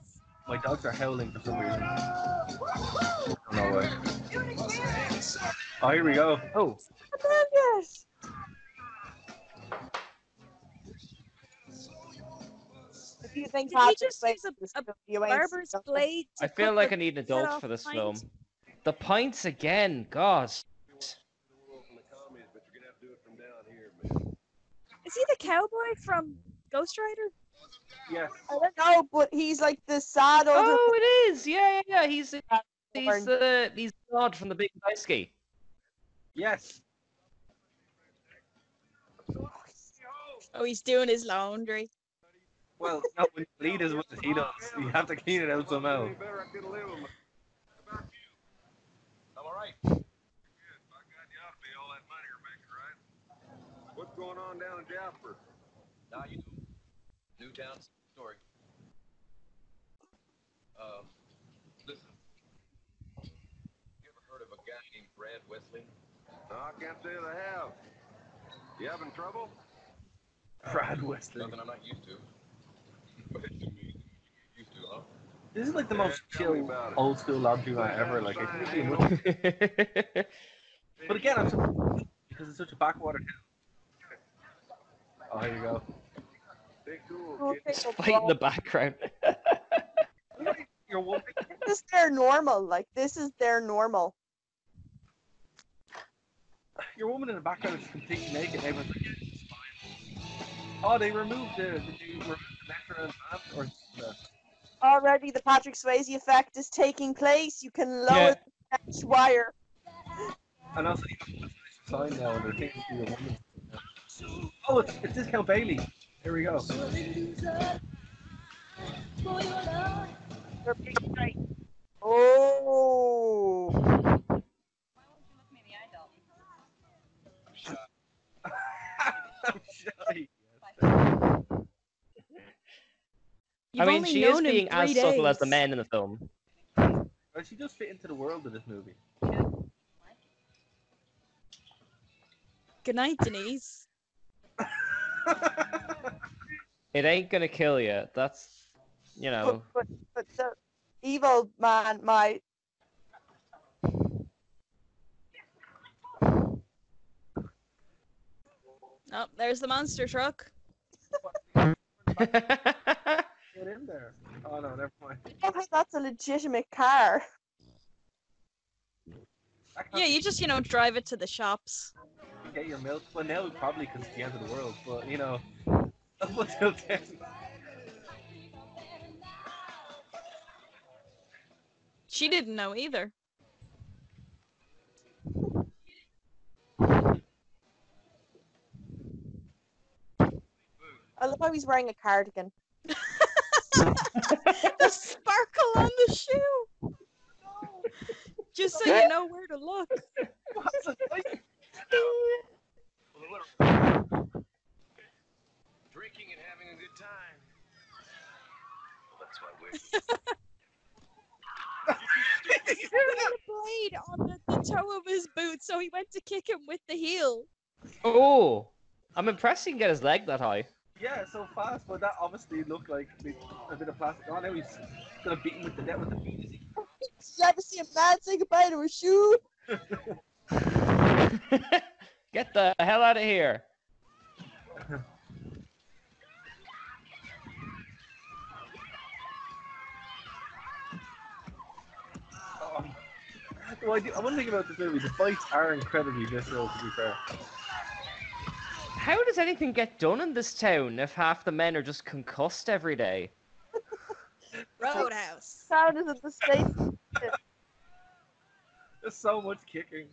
my dogs are howling for some reason. I don't know why. Oh, here we go. Oh, Come on, yes. If you think Did he Patrick just Swayze use a- is a good, you ain't Barber's seen nothing. blade. to I feel cut like the- I need an cut adult off for this pint. film. The pints again, God. The world from the commies, but you're gonna have to do it from down here, man. Is he the cowboy from Ghost Rider? Yes. I don't know, but he's like the sad old. Oh, it is. Yeah, yeah, yeah. He's he's Born. uh, he's God from the Big Lebowski. Yes. Oh, he's doing his laundry. Well, no, when the lead is what he does. You have to clean it out somehow. Any better, I could live with it. What about you? I'm all right. Good. By God, you ought to be all that money you're making, right? What's going on down in Jasper? Now you know. Newtown story. Uh, listen. You ever heard of a guy named Brad Wesley? No, I can't say that I have. You having trouble? Brad Wesley. Nothing I'm not used to. What did you mean? Used to, huh? This is like the most Yeah, tell me chill Oh, about it. old school log dream I ever like. I think it would- But again, I'm so- because it's such a backwater town. Oh, here you go. Stay people cool, kid. think of Fight in all- the background. You're walking. This is their normal. Like this is their normal. Your woman in the background is completely naked. Everyone's like, yeah, it's fine. Oh, they removed the the dude removed the metro and map or uh, the, Already, the Patrick Swayze effect is taking place. You can lower Yeah. the next wire. and also you have a sign now and they're thinking you're a woman. Oh, it's, it's discount Bailey. Here we go. They're being great. Oh, I'm shy. I You've mean, only she is known him being as three subtle as the days. men in the film. But she does fit into the world of this movie. Good night, Denise. It ain't gonna kill you. That's you but, know. but, but the evil man might. Oh, there's the monster truck. Get in there. Oh no, never mind. Okay, that's a legitimate car. I Oh. can't Yeah, you just you know drive it to the shops. get your milk. Well, now probably because it's the end of the world, but you know, up until then. She didn't know either. I love how he's wearing a cardigan. the sparkle on the shoe. Just so you know where to look. What's it like? Drinking and having a good time. Well, that's why we're He had a blade on the, the toe of his boot, so he went to kick him with the heel. oh, I'm impressed he can get his leg that high. Yeah, so fast, but that obviously looked like they- a bit of plastic. Oh, now he's gonna beat him with the net with the penis. You ever see a man say goodbye to a shoe? Get the hell out of here. Oh. Well, I do, one thing about this movie, the fights are incredibly visceral. To be fair, How does anything get done in this town if half the men are just concussed every day? Roadhouse. Sound is at the state. there's so much kicking.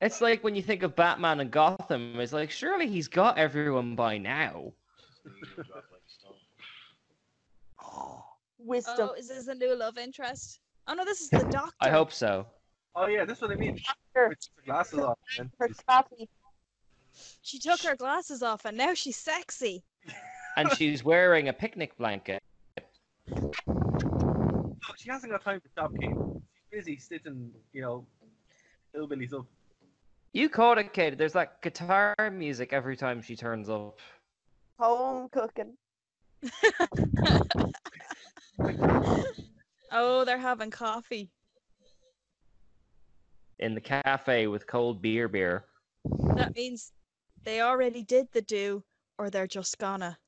It's like when you think of Batman and Gotham, it's like, surely he's got everyone by now. Wisdom. Oh, is this a new love interest? Oh no, this is the doctor. I hope so. Oh yeah, that's what I mean. Sure. With your glasses on. man. Her crappy. She took her glasses off and now she's sexy. and she's wearing a picnic blanket. No, she hasn't got time for shopkeep. She's busy stitching, you know, hillbillies up. You caught it, Kate. There's that guitar music every time she turns up. Home cooking. Oh, they're having coffee. in the cafe with cold beer beer. That means they already did the do or they're just gonna.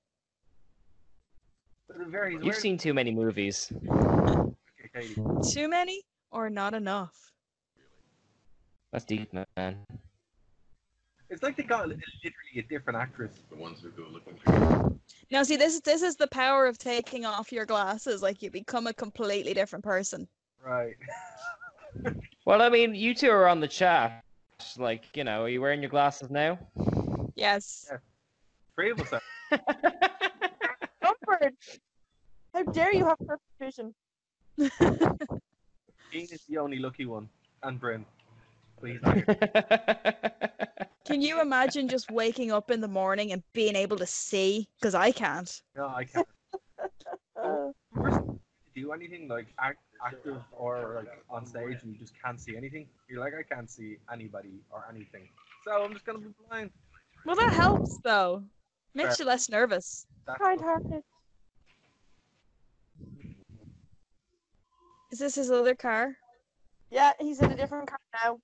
But it varies. You've seen too many movies. Okay, Katie. Too many or not enough? That's deep, man. It's like they got li- literally a different actress. The ones who go looking for Now see this is this is the power of taking off your glasses like you become a completely different person. Right. Well, I mean, you two are on the chat. Just Like, you know, are you wearing your glasses now? Yes. Three of us are. Comfort. How dare you have perfect vision? Dean is the only lucky one. And Bryn. But he's not here. Can you imagine just waking up in the morning and being able to see cuz I can't. No, I can't. Uh, First, you do anything like act, active or like on stage and you just can't see anything. You're like, I can't see anybody or anything. So I'm just gonna be blind. Well that helps though. Makes you less nervous. That's kind hearted. Is this his other car? Yeah, he's in a different car now.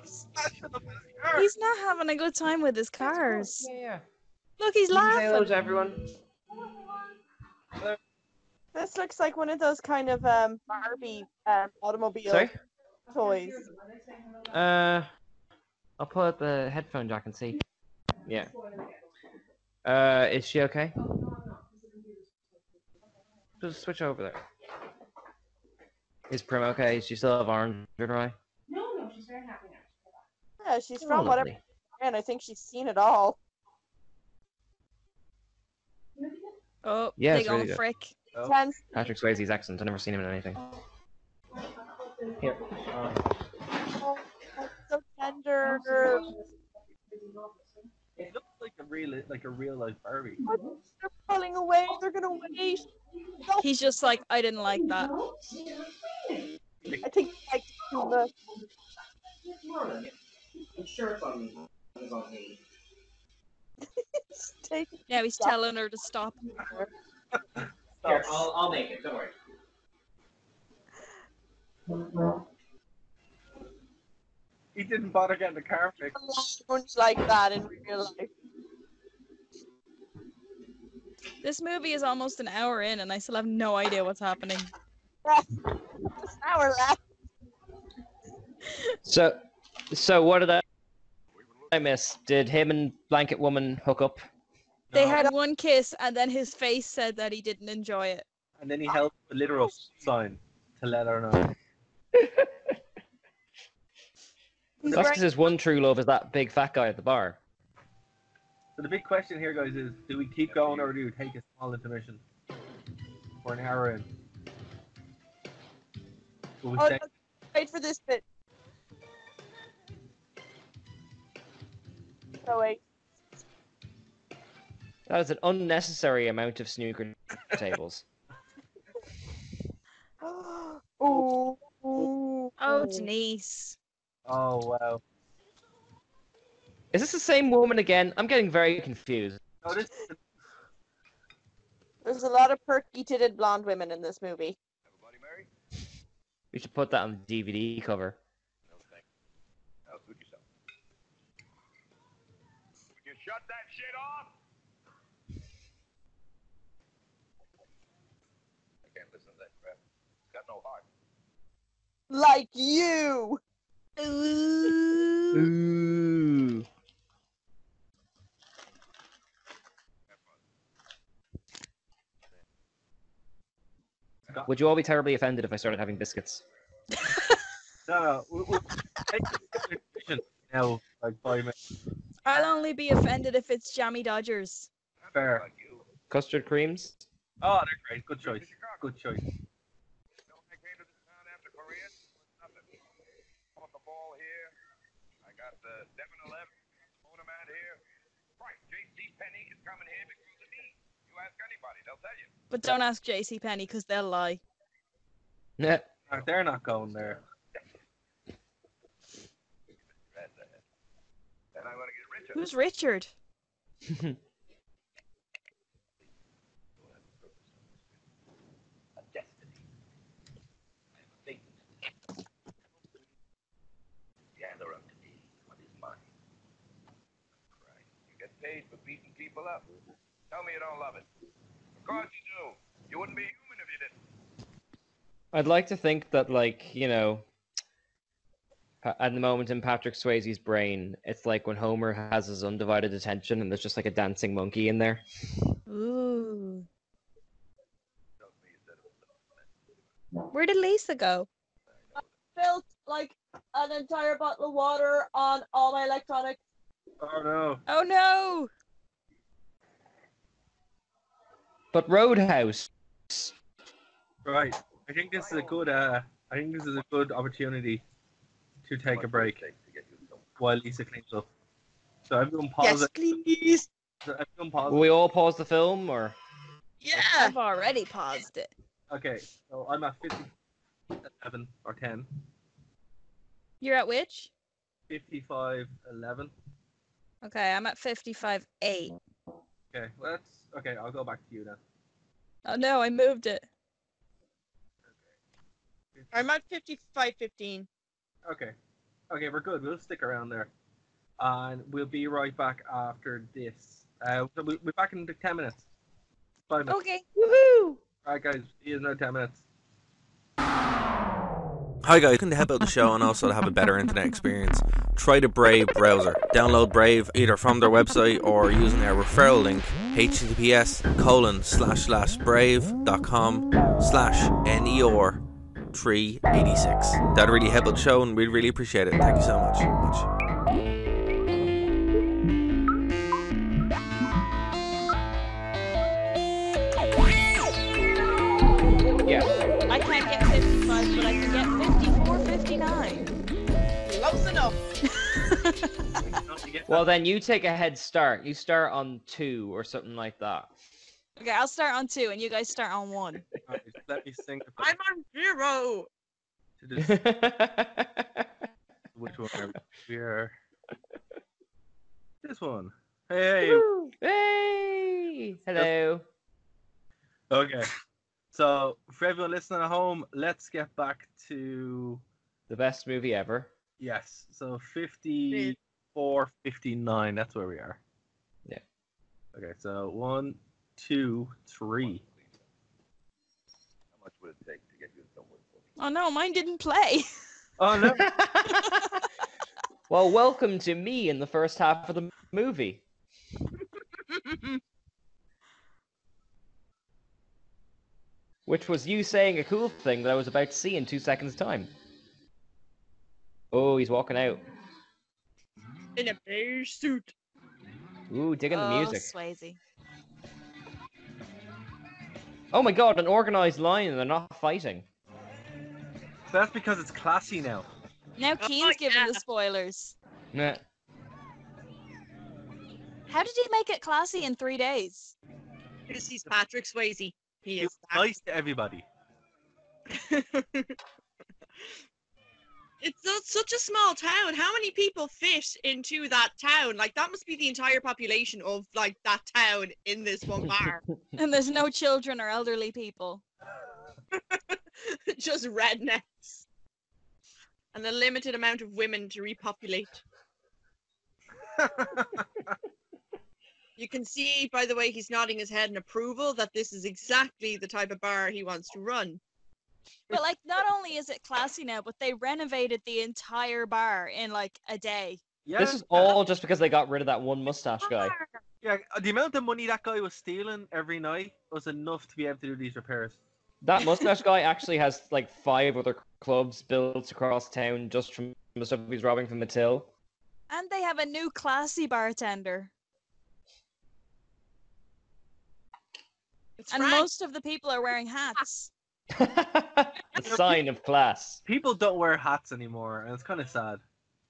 He's smashing up his car. He's not having a good time with his cars. yeah. Look, he's Hello laughing. to everyone. This looks like one of those kind of um Barbie um automobile Sorry? toys. Uh, I'll pull out the headphone jack and see. Yeah. Uh, is she okay? Just switch over there. Is Prim okay? Does she still have orange in her eye? No, no, she's very happy now. Yeah, she's Oh, from whatever lovely. and I think she's seen it all. Oh, Yeah, big it's really old good. frick. Oh. Ten Patrick Swayze's accent. I've never seen him in anything. so tender. It looks like a real like a real life Barbie. They're pulling away, they're gonna wait. He's just like, I didn't like that. I think like the Insurance on me. Is on me. take Now he's Stop. telling her to stop. Here, I'll, I'll make it. Don't worry. He didn't bother getting the car fixed. lounge like that in real life. This movie is almost an hour in, and I still have no idea what's happening. Just an hour left. So, so what did I, I miss? Did him and Blanket Woman hook up? They No. had one kiss, and then his face said that he didn't enjoy it. and then he held a literal sign to let her know. He's That's wearing because his one true love is that big fat guy at the bar. So the big question here, guys, is do we keep going or do we take a small intermission? We're an hour in. Will we Oh, stay? no, wait for this bit. So Oh, wait. That is an unnecessary amount of snooker tables. Ooh. Oh, Denise. Oh wow! Is this the same woman again? I'm getting very confused. No, this is There's a lot of perky titted blonde women in this movie. Everybody married? We should put that on the DVD cover. No thanks. Now suit yourself. Would you shut that shit off? I can't listen to that crap. It's got no heart. Like you. Ooh. Ooh. Would you all be terribly offended if I started having biscuits? no, no. We, we take a intermission now, like five minutes. I'll only be offended if it's Jammy Dodgers. I'm Fair. Like you. Custard creams? Oh, they're great. Good choice. Good choice. You know, when I came to this town after Korea, got the 7 Eleven, motor man here. Right, J.C. Penny is coming here because of me. You ask anybody, they'll tell you. But don't ask JC Penny because they'll lie. Yeah. Right, They're not going there. That's uh, it. And I'm going to get richer. Who's Richard? A destiny. I have a fate. Gather up to me what is mine. Right. You get paid for beating people up. Tell me you don't love it. Of course you do. You wouldn't be human if you didn't. I'd like to think that, like, you know, pa- at the moment in Patrick Swayze's brain, it's like when Homer has his undivided attention and there's just like a dancing monkey in there. Ooh. Tells me you said it was Where did Lisa go? Built like an entire bottle of water on all my electronics. Oh no. Oh no! But Roadhouse. Right. I think this is a good. Uh, I think this is a good opportunity to take a break while Lisa cleans up. So everyone pause Yes, please. it. So everyone pause. Will we all pause the film or? Yeah. I've already paused it. it. Okay. So I'm at 57 or 10. You're at which? 55, 11. Okay, I'm at 55 8. Okay. Well, that's okay. I'll go back to you then. Oh no, I moved it. I'm at 55.15. Okay. Okay, we're good. We'll stick around there. And we'll be right back after this. Uh, so we- we're back in the 10 minutes. Five minutes. Okay. Woohoo! All right, guys. See you in another 10 minutes. Hi guys, looking to help out the show and also to have a better internet experience? Try the Brave browser. Download Brave either from their website or using their referral link https colon slash slash brave.com slash NER three eighty six. That'd really help out the show and we'd really appreciate it. Thank you so much. much. Yeah. I can't get 55, but I can get 54 59. Close enough. Don't you get Well, then you take a head start. You start on two or something like that. Okay, I'll start on two and you guys start on one. that? All right, let me sync the- I'm on zero. to this which one are we? we are. This one. Hey. hey! Hello. Okay. So for everyone listening at home, let's get back to The best movie ever. yes. So fifty-four, fifty-nine. That's where we are. Yeah. Okay. So one, two, three. How much would it take to get you somewhere? Oh no, mine didn't play. Oh no. well, welcome to me in the first half of the movie. Which was you saying a cool thing that I was about to see in two seconds' time. Oh, he's walking out. In a beige suit. Uh, Ooh, digging the oh, music. Swayze. Oh my god, an organized line and they're not fighting. That's because it's classy now. Now Oh, Keen's giving the yeah. spoilers. Nah. How did he make it classy in three days? Because he's Patrick Swayze. He It's is nice to everybody. It's not such a small town. How many people fit into that town? Like that must be the entire population of like that town in this one bar. And there's no children or elderly people. Just rednecks. And a limited amount of women to repopulate. you can see by the way he's nodding his head in approval that this is exactly the type of bar he wants to run. But like, not only is it classy now, but they renovated the entire bar in like a day. Yeah. This is all just because they got rid of that one mustache guy. Yeah. The amount of money that guy was stealing every night was enough to be able to do these repairs. That mustache guy actually has like five other clubs built across town just from the stuff he's robbing from Mattel. And they have a new classy bartender. It's And Frank. most of the people are wearing hats. a sign of class. People don't wear hats anymore, and it's kind of sad.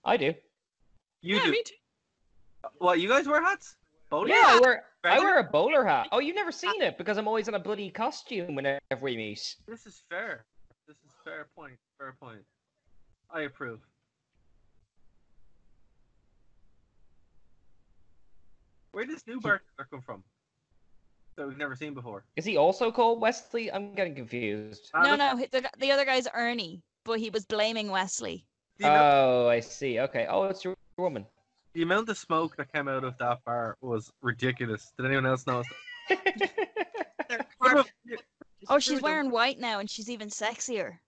I do. You yeah, do. me too. What you guys wear hats? Bowling? Yeah, I wear I Regular? wear a bowler hat. Oh, you've never seen it because I'm always in a bloody costume whenever we meet. This is fair. This is fair point. Fair point. I approve. Where does new Bart come from? That we've never seen before. Is he also called Wesley? I'm getting confused. Ah, no, look, no, he- the, gu- the other guy's Ernie, but he was blaming Wesley. The, amount, Oh, I see. Okay. Oh, it's your woman. the amount of smoke that came out of that bar was ridiculous. Did anyone else notice? that? Oh, she's wearing white now, and she's even sexier.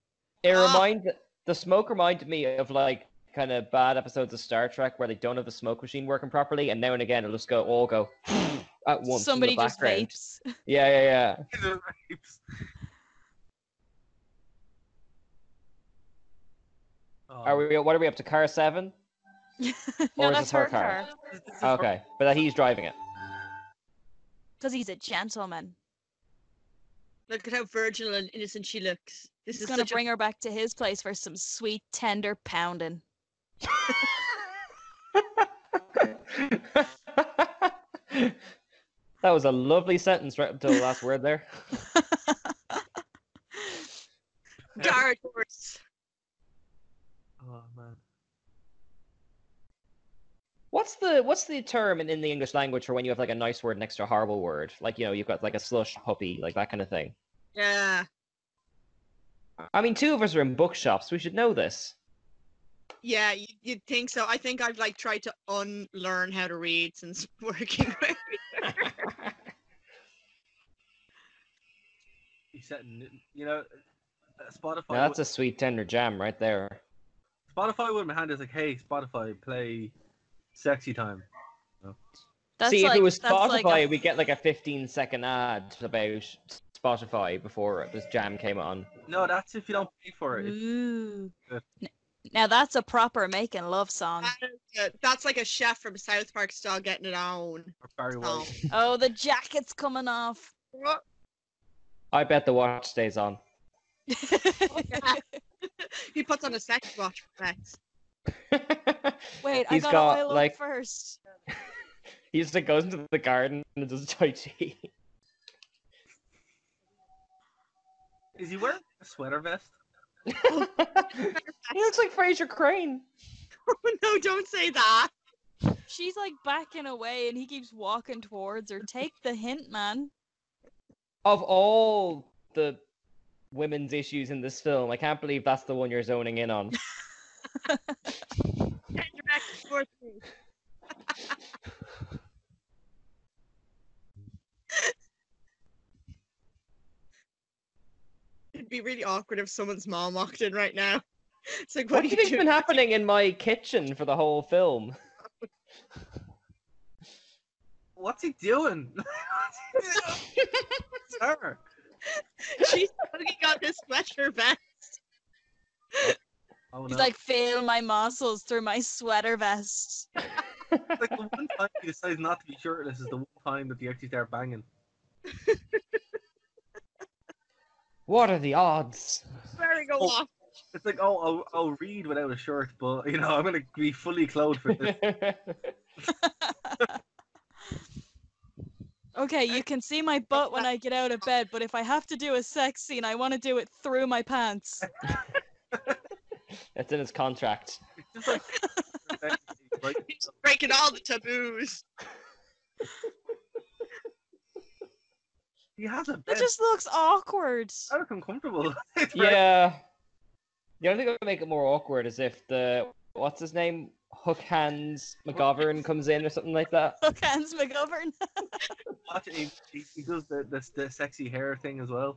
It Ah. reminds the smoke reminded me of like kind of bad episodes of Star Trek where they don't have the smoke machine working properly, and now and again it'll just go all go at once. in Somebody the just background. vapes. Yeah, yeah, yeah. The rapes. Are we? What are we up to? Car seven? no, Or is that's it her her car? car. This- this is hor- Okay, but he's driving it. Because he's a gentleman. Look at how virginal and innocent she looks. This He's is gonna such a- bring her back to his place for some sweet, tender pounding. that was a lovely sentence right up to the last word there. Dark horse. Oh man. What's the what's the term in, in the English language for when you have like a nice word next to a horrible word? Like you know you've got like a slush puppy, like that kind of thing. Yeah. I mean, two of us are in bookshops. We should know this. Yeah, you, you'd think so. I think I've like tried to unlearn how to read since working. with- You said, n- you know, uh, Spotify. Now, that's would- a sweet tender jam right there. Spotify would my hand is like, hey, Spotify, play sexy time. That's See, like, if it was that's Spotify, like a- we get like a 15 second ad about Spotify before this jam came on. No, that's if you don't pay for it. Ooh. Good. N- Now that's a proper making love Um, song. Yeah, uh, That's like a chef from South Park style getting it on. Or Barry Oh. White. Oh, the jacket's coming off. I bet the watch stays on. he puts on a sex watch for sex. Wait, I He's gotta got, oil like- up first. he just like, goes into the garden and does Tai Chi. Oh. Is he wearing a sweater vest? he looks like Fraser Crane. no, don't say that. She's like backing away and he keeps walking towards her. Take the hint, man. Of all the women's issues in this film, I can't believe that's the one you're zoning in on. Send her back to sports meet. It'd be really awkward if someone's mom walked in right now. It's like, What what, do you are think's you been doing? happening in my kitchen for the whole film? What's he doing? It's her. She's looking got this sweatshirt vest. Oh, no. He's like, feel my muscles through my sweater vest. It's like the one time he decides not to be shirtless is the one time that they actually start banging. What are the odds? Very go Oh. off. It's like, oh, I'll, I'll read without a shirt, but you know, I'm gonna be fully clothed for this. Okay, you can see my butt when I get out of bed, but if I have to do a sex scene, I want to do it through my pants. That's in his contract. Just like, like, She's breaking all the taboos. he has a bed. That just looks awkward. I look uncomfortable. It's very- Yeah. The only thing that would make it more awkward is if the what's his name Hook Hands McGovern comes in or something like that. Look, Hans McGovern. watch it, he, he, he does the, the the sexy hair thing as well.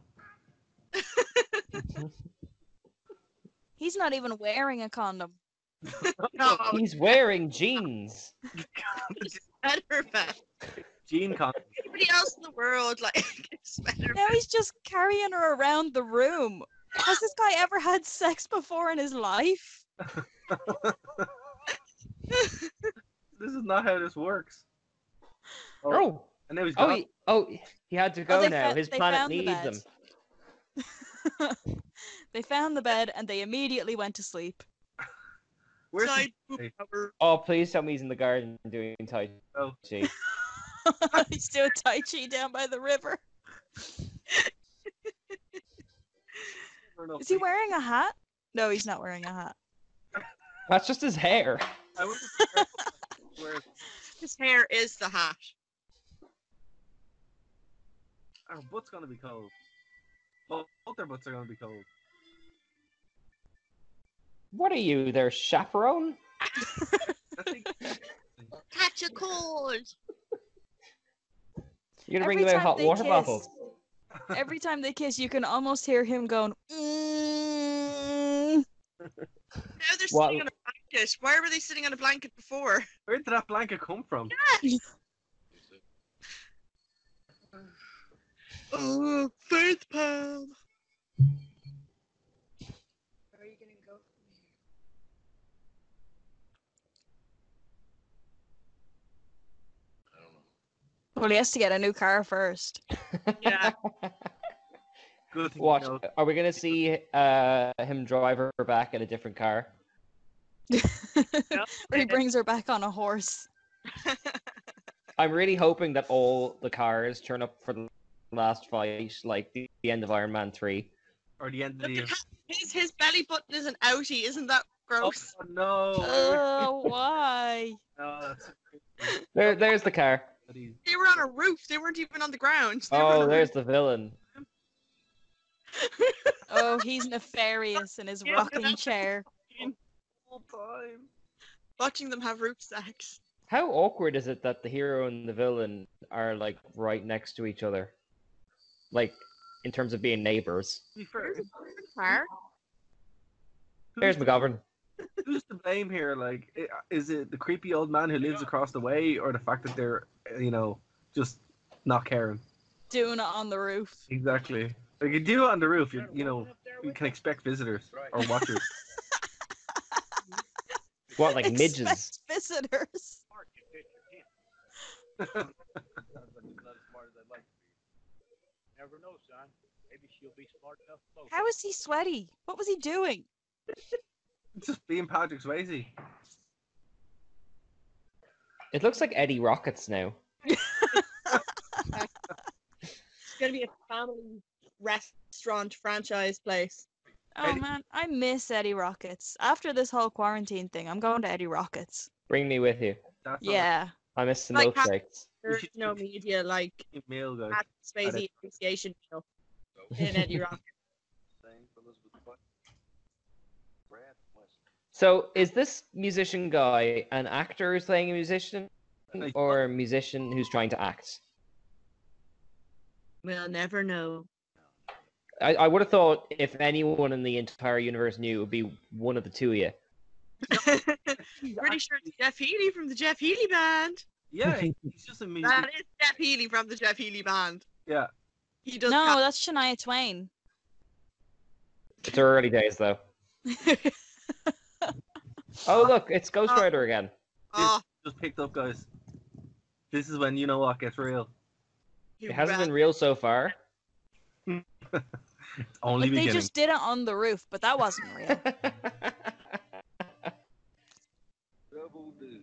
He's not even wearing a condom. No, He's wearing jeans. sweater vest. Gene Con. Anybody else in the world like sweater Now he's just carrying her around the room. Has this guy ever had sex before in his life? This is not how this works. Oh, Oh, and now he's oh, gone. he, oh, he had to go they now. fo- His they planet found the needs bed. him. They found the bed and they immediately went to sleep. Where's Side he? boob cover. Oh, please tell me he's in the garden doing Tai Oh. Chi. He's doing Tai Chi down by the river. I don't know. Is he wearing a hat? No, he's not wearing a hat. That's just his hair. I wonder if- where- His hair is the hat. Our butt's gonna be cold. Both, both their butts are gonna be cold. What are you, their chaperone? I think Catch a cold. You're gonna bring them out hot water bottles. every time they kiss, you can almost hear him going, Now mm. they're Well- sitting on a blanket. Why were they sitting on a blanket before? where did that blanket come from? Oh, faith palm. Where are you gonna go from here? I don't know. Well, he has to get a new car first. Yeah. Good thing you Watch. know. Are we gonna see uh, him drive her back in a different car? Or he brings her back on a horse. I'm really hoping that all the cars turn up for the last fight, like the, the end of Iron Man three. Or the end of Look the. at how- his, his belly button is an outie. Isn't that Oh gross? no! Uh. I Oh, why? would- no, that's- There, there's the car. that is- They were on a roof. They weren't even on the ground. They were on Oh, a there's roof. the villain. Oh, he's nefarious in his Yeah, rocking that's- chair. Full time. watching them have roof sex. How awkward is it that the hero and the villain are like right next to each other, like in terms of being neighbors? To be fair, who's, Car? There's McGovern. who's to blame here? Like, i- is it the creepy old man who lives across the way, or the fact that they're, uh, you know, just not caring? doing it on the roof. Exactly. Like you do it on the roof, you you know, you can expect visitors or watchers. What, like Expect midges? visitors. Sounds like he's not as smart as I'd like to be. Never know, son. Maybe she'll be smart enough. both. How is he sweaty? What was he doing? Just being Patrick Swayze. It looks like Eddie Rockets now. It's gonna be a family restaurant franchise place. Oh Eddie- man, I miss Eddie Rockets. After this whole quarantine thing, I'm going to Eddie Rockets. Bring me with you. That's not Yeah. I miss the Like how- milkshakes. There's should- no media like a male guy. Patrick Swayze appreciation meal in Eddie Rock. Same for Elizabeth Buck. Brad Weston. So, is this musician guy an actor who's playing a musician, Like- or a musician who's trying to act? We'll never know. I, I would have thought if anyone in the entire universe knew, it would be one of the two of you. Pretty sure it's Jeff Healy from the Jeff Healy Band. Yeah, he's just a mute. That is Jeff Healy from the Jeff Healy Band. Yeah. He does. No, ca- that's Shania Twain. It's early days, though. Oh, look, it's Ghost Uh, Oh. Rider again. oh, Just picked up, guys. This is when you know what gets real. he It hasn't ra- been real so far. It's only like they beginning. just did it on the roof, but that wasn't real. Double douche.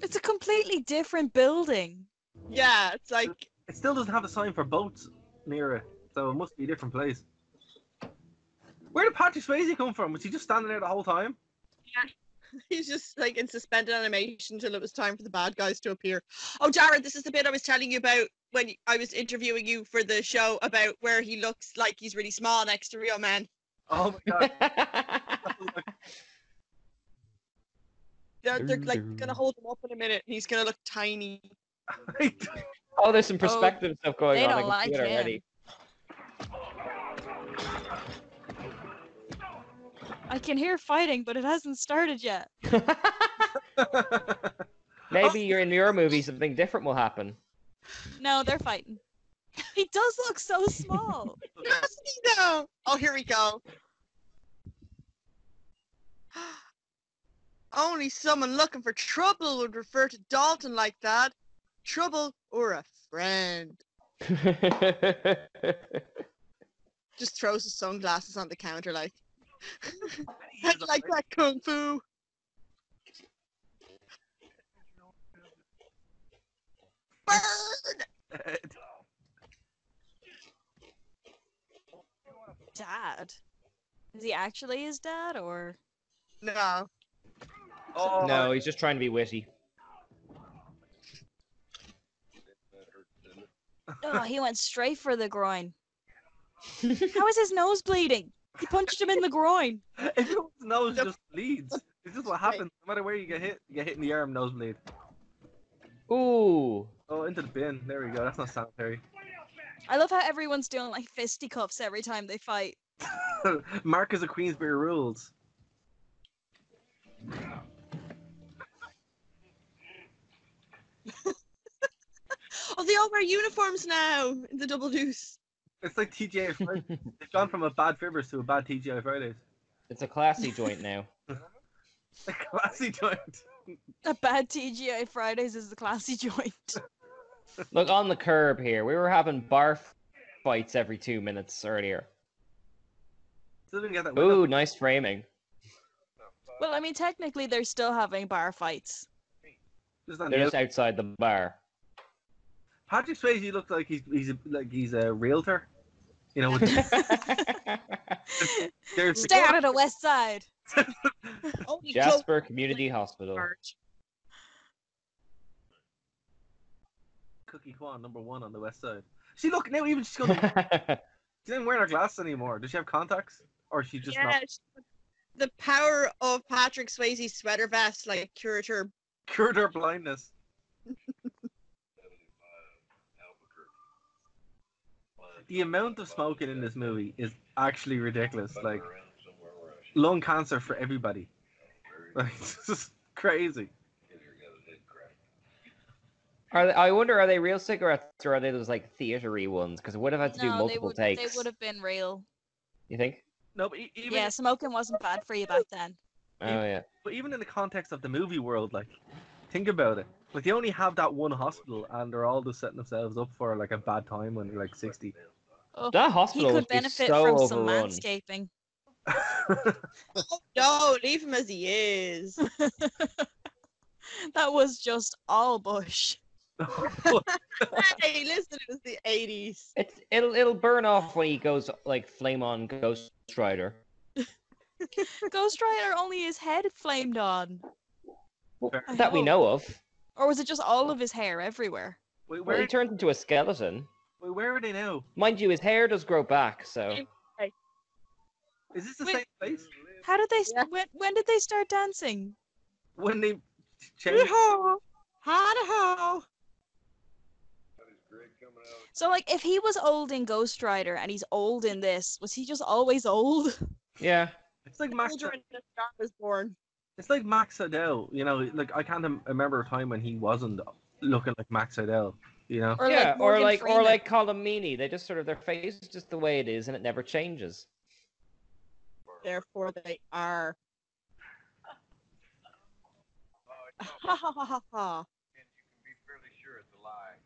it's a completely different building. Yeah, it's like It still doesn't have a sign for boats near it, so it must be a different place. Where did Patrick Swayze come from? Was he just standing there the whole time? he's just like in suspended animation until it was time for the bad guys to appear. Oh, Jared, this is the bit I was telling you about when I was interviewing you for the show about where he looks like he's really small next to real men. Oh my god. They're, they're like gonna hold him up in a minute, and he's gonna look tiny. oh, there's some perspective stuff going they on. don't I can like see it him. already. I can hear fighting, but it hasn't started yet. Maybe Oh. you're in your movie, something different will happen. No, they're fighting. He does look so small. Doesn't he though? Oh, here we go. Only someone looking for trouble would refer to Dalton like that. Trouble or a friend. Just throws his sunglasses on the counter like. I like that kung fu. Burn! Dad. Is he actually his dad or? No. oh, No, he's just trying to be witty. Oh, he went straight for the groin. How is his nose bleeding? He punched him in the groin. everyone's nose The- just bleeds. It's just what happens. No matter where you get hit, you get hit in the arm, nosebleed. Ooh. Oh, into the bin. There we go. That's not sanitary. I love how everyone's doing like fisticuffs every time they fight. Marcus of Queensbury rules. Oh, they all wear uniforms now in the double deuce. It's like TGI Fridays. They've gone from a bad Fibbers to a bad TGI Fridays. It's a classy joint now. A classy joint. A bad TGI Fridays is the classy joint. Look on the curb here. We were having barf fights every two minutes earlier. Still didn't get that window. Ooh, nice framing. Well, I mean, technically, they're still having bar fights. Just not They're nailed. just outside the bar. Patrick Swayze looks like he's he's a, like he's a realtor. You know, with the, there's the- Stay out of the West Side. Only clothes Jasper Community Hospital. large. Cookie Kwan number one on the west side. She look now even she's gonna she's not wearing her glasses anymore. Does she have contacts or is she just Yeah, not she- the power of Patrick Swayze's sweater vest like cured her. cured her blindness? The amount of smoking in this movie is actually ridiculous. Like lung cancer for everybody. Like it's just crazy. Are they, I wonder, are they real cigarettes or are they those like theatery ones? Because it would have had to do No, they multiple would, they takes. would have been real. You think? No, but e- even Yeah, smoking wasn't bad for you back then. Oh Even- yeah. But even in the context of the movie world, like, think about it. Like, they only have that one hospital, and they're all just setting themselves up for like a bad time when they're like sixty. That He hospital could must be benefit so from some overrun. landscaping. Oh, No, leave him as he is. That was just all bush. hey, listen, it was the 80s. It's it'll it'll burn off when he goes like flame on Ghost Rider. Ghost Rider only his head flamed on. Well, Fair. that we Oh. know of. Or was it just all of his hair everywhere? wait, Well, where, he turns into a skeleton. wait, where are they now? Mind you, his hair does grow back, so Is this the Wait. same place? How did they? s Yeah. When, when did they start dancing? When they changed? Hee-haw, ha-da-haw. So, like, if he was old in Ghost Rider and he's old in this, was he just always old? yeah. It's like Max. Children when John was born. It's like Max O'Dell. You know, like I can't em- remember a time when he wasn't looking like Max O'Dell. You know, Or yeah, like or Morgan like or Freeman? like Colomini. They just sort of their face is just the way it is and it never changes. Therefore, they are. Ha ha ha ha ha. And you can be fairly sure it's a lie.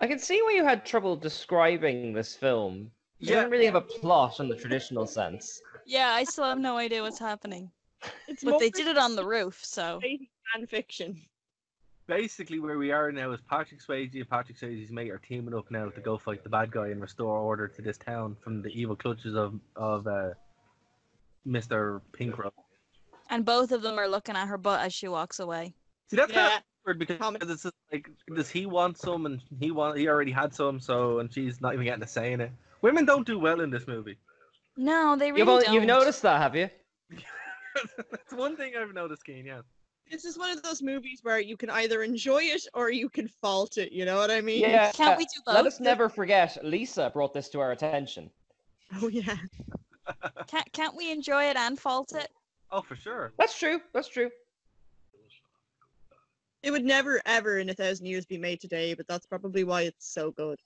I can see why you had trouble describing this film. It Yeah. doesn't really have a plot in the traditional sense. Yeah, I still have no idea what's happening. It's But they did it on the roof, so fan fiction. basically where we are now is Patrick Swayze and Patrick Swayze's mate are teaming up now to go fight the bad guy and restore order to this town from the evil clutches of of uh, Mister Pinkrow. and both of them are looking at her butt as she walks away. See, that's kind Yeah. of weird because Comment. it's just like, does he want some and he want he already had some, so and she's not even getting a say in it. Women don't do well in this movie. No, they really you've, only, don't. you've noticed that, have you? that's one thing I've noticed, Keen. Yeah, This is one of those movies where you can either enjoy it or you can fault it. You know what I mean? Yeah. Can't we do Let both? us never forget Lisa brought this to our attention. Oh yeah. Can't can't we enjoy it and fault it? oh for sure. That's true. That's true. It would never, ever in a thousand years be made today, but that's probably why it's so good.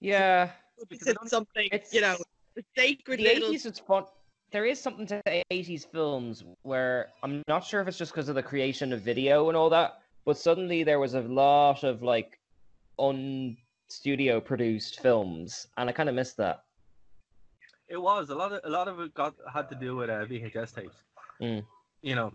Yeah. It's Because it only- something, It's- you know, the sacred the little. 80s was fun. There is something to the 80s films where I'm not sure if it's just because of the creation of video and all that, But suddenly there was a lot of like un studio produced films, and I kind of missed that. It was a lot of a lot of it got had to do with uh, VHS tapes. Mm. You know,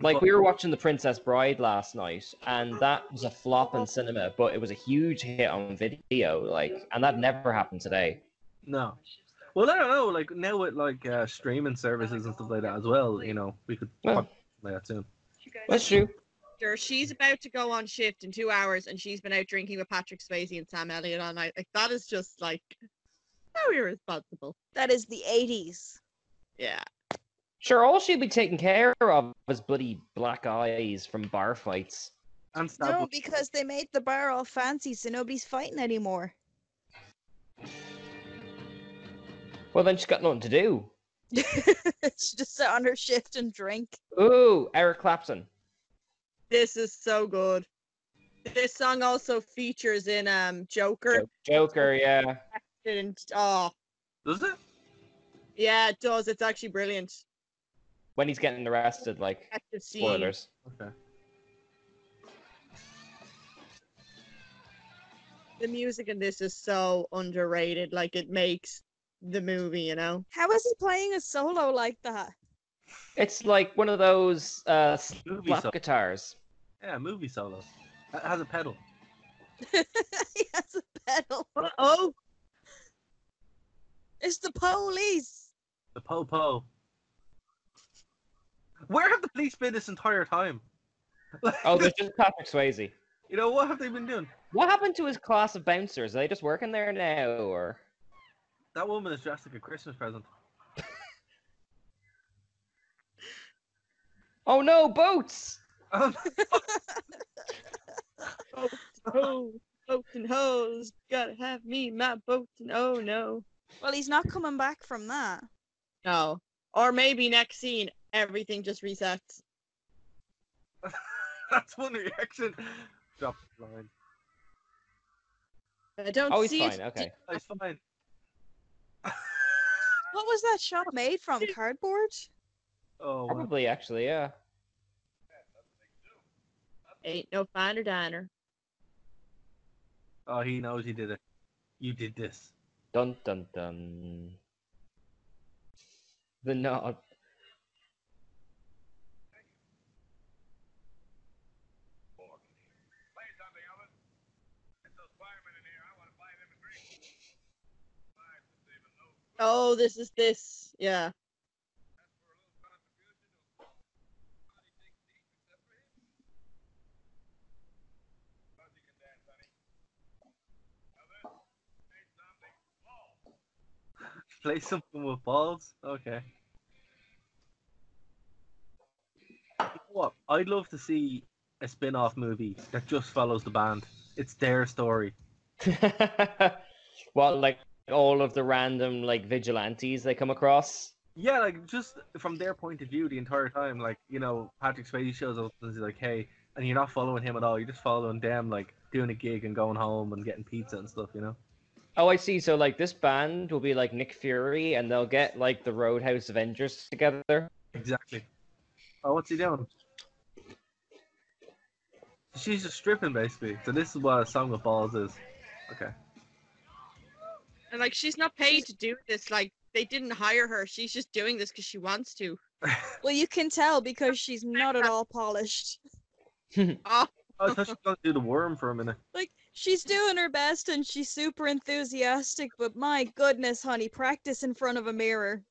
Like But- we were watching The Princess Bride last night, and that was a flop in cinema, but it was a huge hit on video. Like, and that never happened today. no. Well, I don't know. Like now with like uh, streaming services and stuff like that as well. You know, we could Yeah. talk like that soon. That's true. Sure, she's about to go on shift in two hours, and she's been out drinking with Patrick Swayze and Sam Elliott all night. Like that is just like so irresponsible. That is the 80s. Yeah. Sure, all she'd be taking care of was bloody black eyes from bar fights. And stab No, with- because they made the bar all fancy, so nobody's fighting anymore. Well, then she's got nothing to do. she just sat on her shift and drink. Ooh, Eric Clapton. This is so good. This song also features in um Joker Joker, yeah. and oh Does it? yeah, it does. It's actually brilliant. When he's getting arrested, like, Detective scene. spoilers. Okay. The music in this is so underrated. Like it makes the movie, you know. How is he playing a solo like that? It's like one of those uh, Movie slap solo. guitars. Yeah, movie solo. It has a pedal. he has a pedal. Oh, It's the police. The po po. Where have the police been this entire time? Oh, there's just Patrick Swayze. You know what have they been doing? What happened to his class of bouncers? Are they just working there now, or That woman is dressed like a Christmas present. oh no, boats! Um, oh, boats and hoes, gotta have me my boats and oh no. Well, he's not coming back from that. Oh. No. Or maybe next scene, everything just resets. that's one reaction. Drop the line. I don't Oh, he's see fine. it. Okay. It's fine. What was that shot made from? Cardboard? Oh, wow. Probably actually, yeah. Ain't no finer diner. oh, he knows he did it. You did this. Dun dun dun. The nod. Play something, Elvis. Get those firemen in here. I want to buy them a drink. Five to save a loaf. Oh, this is this. Yeah. That's for a little contribution to a Nobody thinks deep except for him. How's he can dance, honey? Elvis, play something. Ball. Play something with balls? Okay. You know What? I'd love to see a spin off movie that just follows the band. It's their story. well, like all of the random like vigilantes they come across. Yeah, like just from their point of view the entire time, like, you know, Patrick Swayze shows up and he's like, hey, and you're not following him at all. You're just following them, like doing a gig and going home and getting pizza and stuff, you know? Oh, I see. So like this band will be like Nick Fury, and they'll get like the Roadhouse Avengers together. Exactly. Oh, what's he doing? She's just stripping, basically. So this is what a song with balls is. Okay. And like she's not paid to do this. Like they didn't hire her. She's just doing this because she wants to. Well, you can tell because she's not at all polished. I thought she was Oh, gonna do the worm for a minute. Like, she's doing her best and she's super enthusiastic, but my goodness, honey, practice in front of a mirror.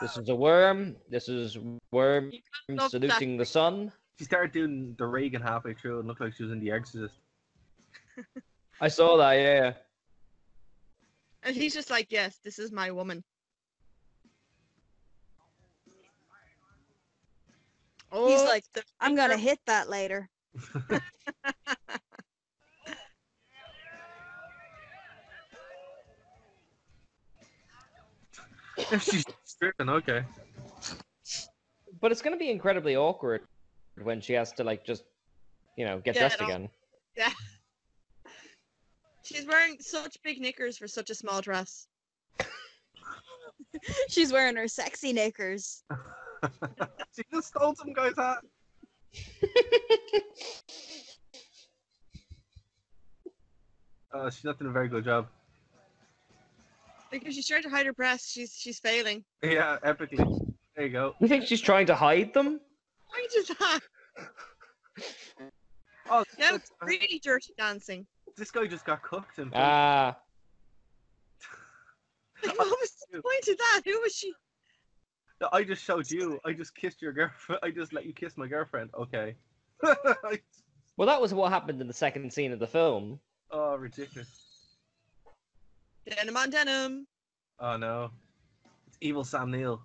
This is a worm. This is worm You gotta love that. saluting the sun. She started doing the Reagan halfway through and looked like she was in The Exorcist. I saw that. Yeah. And he's just like, yes, this is my woman. Oh, He's like, the I'm gonna finger- hit that later. She's stripping, okay. But it's going to be incredibly awkward when she has to like just, you know, get Yeah, dressed it all- again. She's wearing such big knickers for such a small dress. She's wearing her sexy knickers. She just stole some guy's hat. uh, she's not doing a very good job. Because she's trying to hide her breasts, she's she's failing. Yeah, epically. There you go. You think she's trying to hide them? Why does that? Oh, Now this- it's really dirty dancing. this guy just got cooked. And Ah. Like, what was the point of that? Who was she? I just showed you. I just kissed your girlfriend. I just let you kiss my girlfriend. Okay. oh, Well, that was what happened in the second scene of the film. ridiculous. Denim on denim. Oh no. It's evil Sam Neill.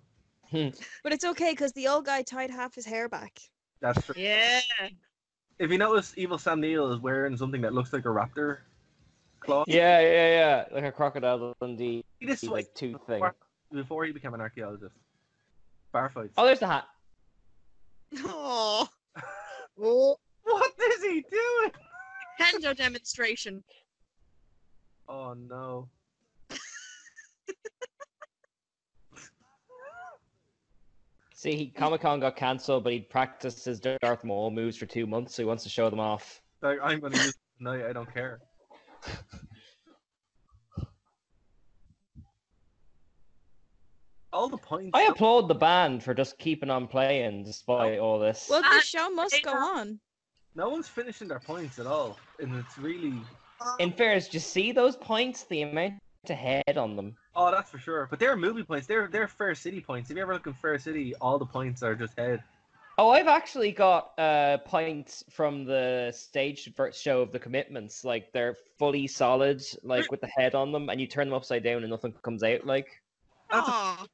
But it's okay because the old guy tied half his hair back. That's true. Yeah. If you notice, evil Sam Neill is wearing something that looks like a raptor claw. Yeah, yeah, yeah. Like a crocodile Dundee He just was like tooth thing. before he became an archaeologist. Bar fights. Oh, there's the hat. Oh, What is he doing? Hendo demonstration. Oh no. See, he, Comic Con got cancelled, but he practiced his Darth Maul moves for two months, so he wants to show them off. Like I'm gonna use it tonight. I don't care. All the points. I applaud the band for just keeping on playing despite all this. Well, Ah, the show must go on. No one's finishing their points at all, and it's really in fairness, do you see those points? The amount of head on them. oh, that's for sure. But they're movie points. They're they're Fair City points. If you ever look in Fair City, all the points are just head. Oh, I've actually got uh, points from the stage ver- show of the commitments. Like they're fully solid, like with the head on them, and you turn them upside down and nothing comes out. Like That's a- Aw.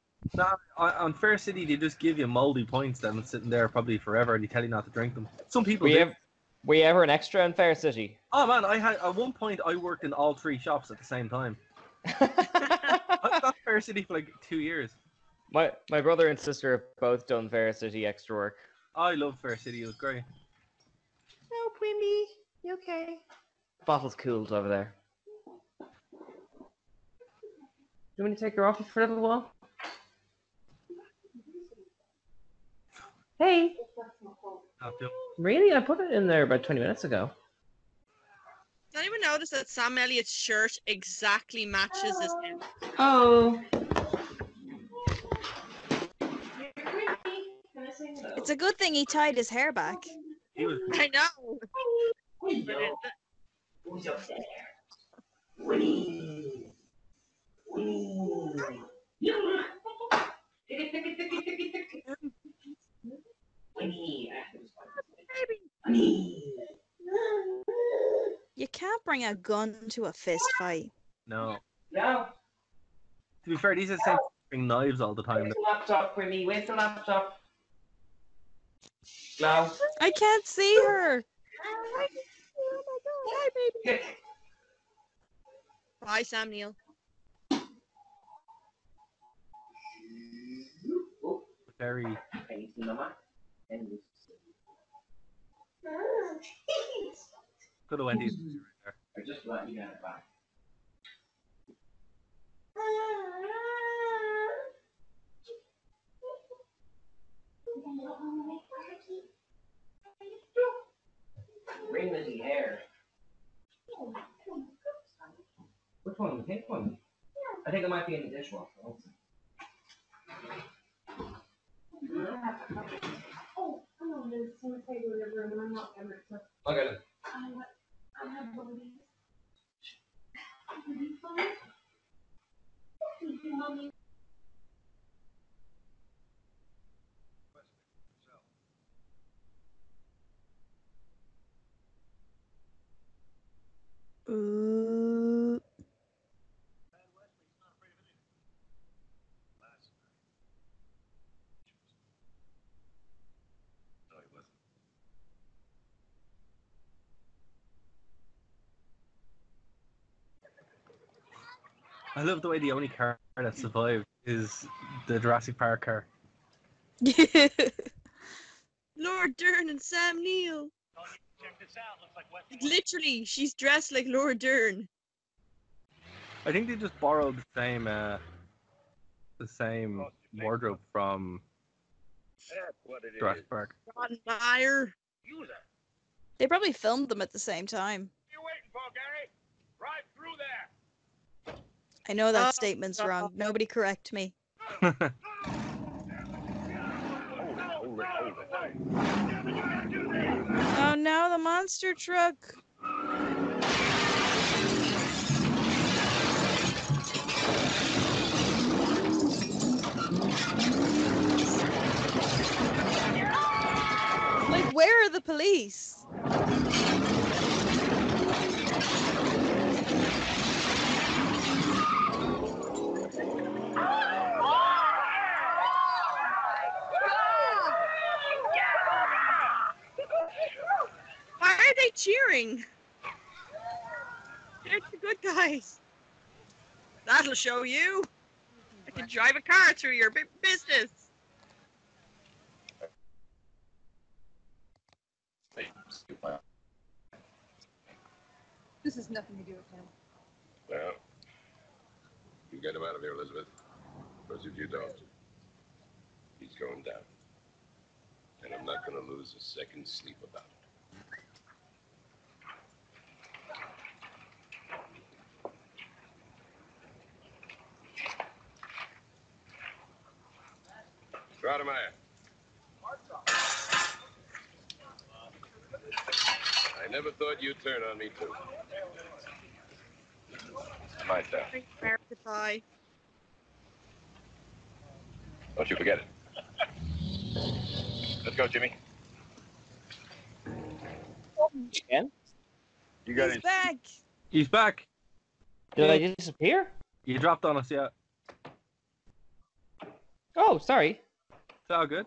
On, on Fair City, they just give you moldy points that have been sitting there probably forever, and you tell you not to drink them. Some people were do. you, ever, were you ever an extra in Fair City? Oh man, I had at one point I worked in all three shops at the same time. I was at Fair City for like two years. my my brother and sister have both done Fair City extra work. I love Fair City. It was great. No, Quimby, you okay? Bottle's cooled over there. Do you want me to take her off you for a little while? Hey. Not doing- Really? I put it in there about 20 minutes ago. Did anyone notice that Sam Elliott's shirt exactly matches his head? Oh. It's a good thing he tied his hair back. He was I know. But it, Hello. Who's up there? Whee. Whee. Yeah. Ticky, ticky, ticky, ticky, ticky. Whee. Whee. You can't bring a gun to a fist fight. no. No, To be fair, these are the same bring knives all the time. where's the laptop, Grimmy? Where's the laptop? No. I can't see her. Good. Bye, Sam Neil. Oh, Very. I need to know And Good Wendy's. I just let you have it back. Bring the hair. Which one? The pink one? I think it might be in the dishwasher. I got it. Ooh. No, he wasn't. I love the way the only car that survived is the Jurassic Park car. Laura Dern and Sam Neil. Check this out. Looks like West. Like, literally, she's dressed like Laura Dern. I think they just borrowed the same, uh, the same wardrobe from That's what it is. Jurassic Park. Ron Meyer. User. they probably filmed them at the same time. You waiting for Gary? Right through. I know that Oh, statement's no. wrong. Nobody correct me. Hold it, hold it, hold it. Oh no, the monster truck. Like, where are the police? Why are they cheering? They're the good guys. That'll show you. I can drive a car through your bu- business. This has nothing to do with him. Well, you get him out of here, Elizabeth. Because if you don't, he's going down. And I'm not going to lose a second sleep about it. Stratemeyer. I never thought you'd turn on me, too. My turn. Verify. Don't you forget it. Let's go, Jimmy. You got He's any? back. He's back. Did I disappear? You dropped on us, yeah. Oh, sorry. It's all good.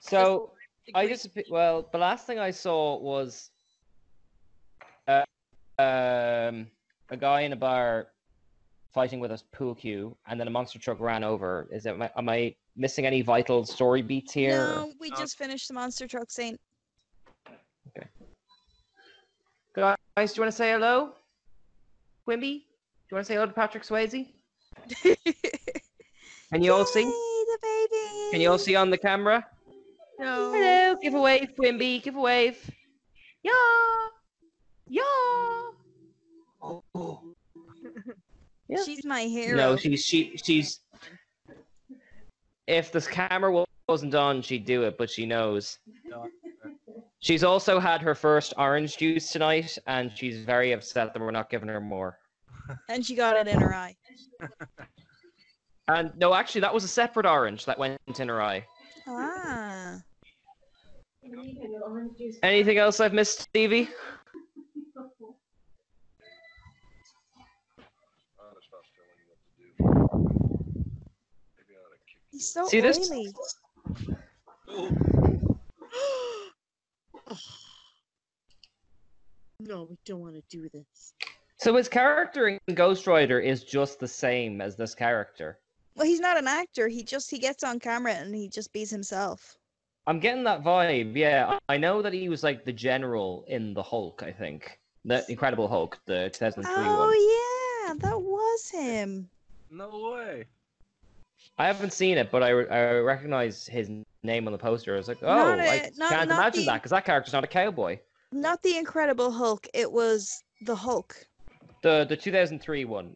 So I disappeared. Well, the last thing I saw was uh, um, a guy in a bar fighting with a pool cue, and then a monster truck ran over. Is it? Am I, am I missing any vital story beats here? No, we just finished the monster truck scene. Guys, do you want to say hello? Quimby, do you want to say hello to Patrick Swayze? Can you all see? the baby. Can you all see on the camera? No. Hello, give a wave, Quimby, give a wave. Yeah, yeah. Yeah. She's my hero. No, she's she she's. If this camera wa- wasn't on, she'd do it, but she knows. No, She's also had her first orange juice tonight, and she's very upset that we're not giving her more. and she got it in her eye. And no, actually, that was a separate orange that went in her eye. Ah. Anything else I've missed, Stevie? Honest, I'll tell you what to do. Maybe I ought to kick He's so See this? oily. no, we don't want to do this. So his character in Ghost Rider is just the same as this character. Well, he's not an actor. He just he gets on camera and he just bees himself. I'm getting that vibe. Yeah, I I know that he was like the general in the Hulk. I think the Incredible Hulk, the 2003 one. Oh yeah, that was him. No way. I haven't seen it, but I, re- I recognize his name on the poster. I was like, oh, Not I a- not- can't not imagine the- that because that character's not a cowboy. Not the Incredible Hulk. It was the Hulk. The the 2003 one.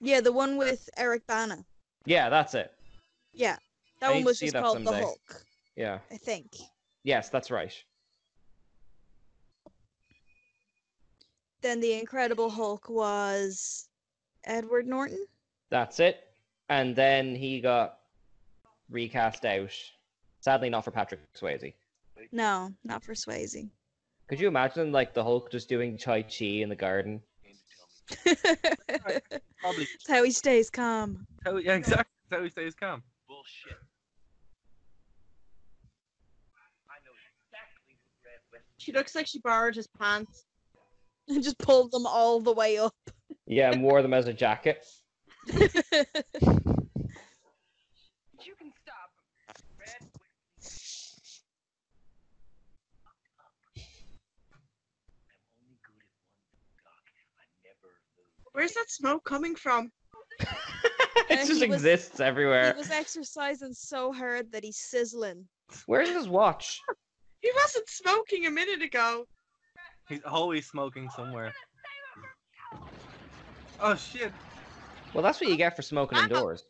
Yeah, the one with Eric Bana. Yeah, that's it. Yeah, I that need one to was see just that called someday. the Hulk, Yeah. I think. Yes, that's right. Then the Incredible Hulk was Edward Norton. That's it. And then he got recast out. Sadly, not for Patrick Swayze. No, not for Swayze. Could you imagine like the Hulk just doing Tai Chi in the garden? That's Probably. how he stays calm. How- yeah, exactly. That's how he stays calm. Bullshit. I know exactly who Brad West She looks like she borrowed his pants. And just pulled them all the way up. Yeah, and wore them as a jacket. But you can stop him. Red I'm only good at one block. I never lose. Where's that smoke coming from? it Yeah, just he was- exists he everywhere. was exercising so hard that he's sizzling. Where's his watch? He wasn't smoking a minute ago. He's always smoking somewhere. Oh shit. Well, that's what you get for smoking indoors.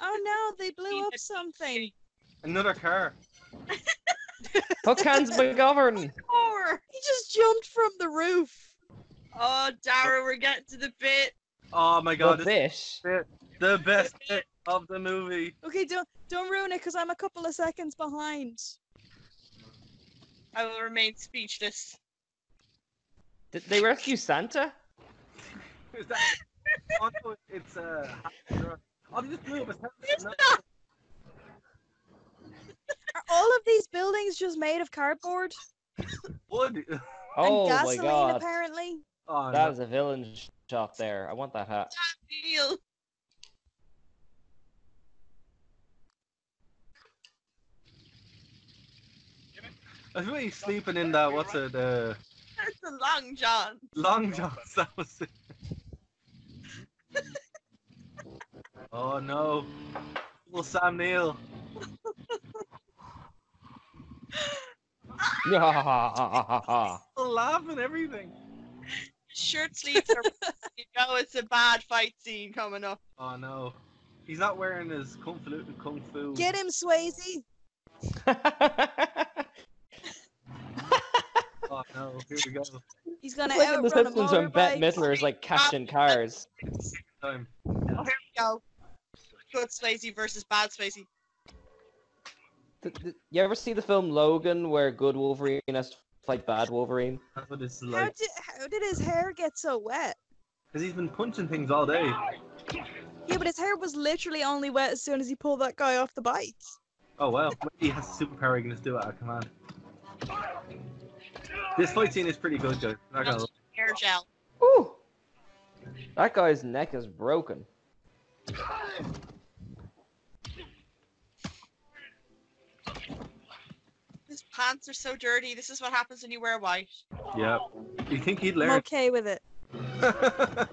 Oh no, they blew up something. Another car. Hook hands McGovern. Or He just jumped from the roof. oh, Dara, we're getting to the bit. Oh my The god, this fish. is the best bit of the movie. Okay, don't don't ruin it because I'm a couple of seconds behind. I will remain speechless. Did they rescue Santa? Is that? oh, no, it's uh. Oh, they just blew up his It's house. not. Are all of these buildings just made of cardboard No, wood. Oh and my gasoline? god. Apparently, Oh, That no. was a villain sh- shot there. I want that hat. Deal. I was really sleeping in that. What's it? Uh, That's a long john. long johns. That was. It. oh no! Well, Sam Neill. Still laughing and everything. Shirt sleeves are. you know, it's a bad fight scene coming up. Oh no. He's not wearing his kung fu. Kung fu. get him, Swayze. Oh no! Here we go. He's gonna It's like in The outrun a Simpsons when Bette motorbike. Midler is like catching cars. Time. Oh, here we go. Good Swayze versus bad Swayze. Th- th- You ever see the film Logan where good Wolverine has to fight bad Wolverine? That's what it's How like. did how did his hair get so wet? Because he's been punching things all day. Yeah, but his hair was literally only wet as soon as he pulled that guy off the bike. Oh wow. He has superpower. He can just do it out of command. This fight scene is pretty good, guys. Not gonna lie. Hair gel. Ooh. That guy's neck is broken. His pants are so dirty. This is what happens when you wear white. Yeah. You think he'd I'm learn? okay with it. I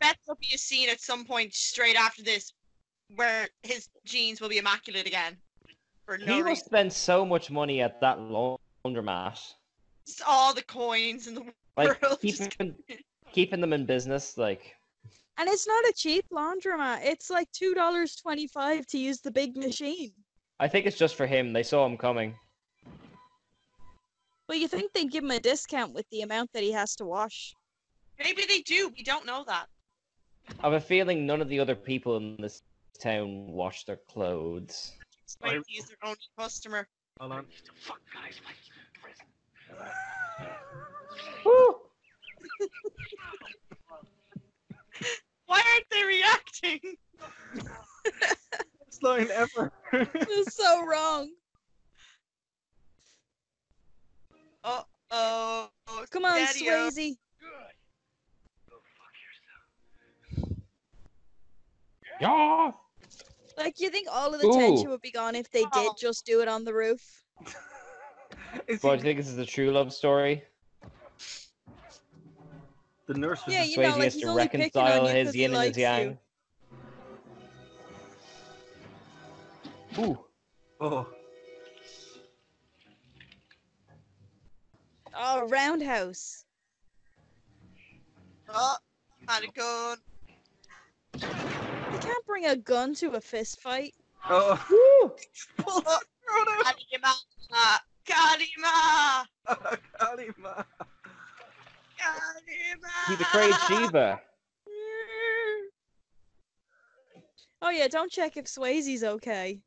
bet there'll be a scene at some point straight after this where his jeans will be immaculate again. For no He must reason. spend so much money at that laundromat. Just all the coins in the Like world. just- keeping, keeping them in business, like And it's not a cheap laundromat. It's like two dollars twenty-five to use the big machine. I think it's just for him. They saw him coming. Well, you think they'd give him a discount with the amount that he has to wash? Maybe they do. We don't know that. I have a feeling none of the other people in this town wash their clothes. I- Swayze is their only customer. Hold on. Woo! Why aren't they reacting? Best line ever. It's so wrong. Oh, Come on, Daddy-o. Swayze. Yeah! Like, you think all of the Ooh. tension would be gone if they did Oh. just do it on the roof? Is But I he- think this is a true love story. the nurse was Yeah, just you know, Swayze like, has he's to only picking on reconcile you his 'cause he yin and his likes you. yang. Ooh. oh Oh, roundhouse. Oh, had a gun. You can't bring a gun to a fist fight. oh Woo! Pull up. Kalima. Kalima. Kalima. Kalima. He betrayed Shiva. Oh, yeah, don't check if Swayze's okay.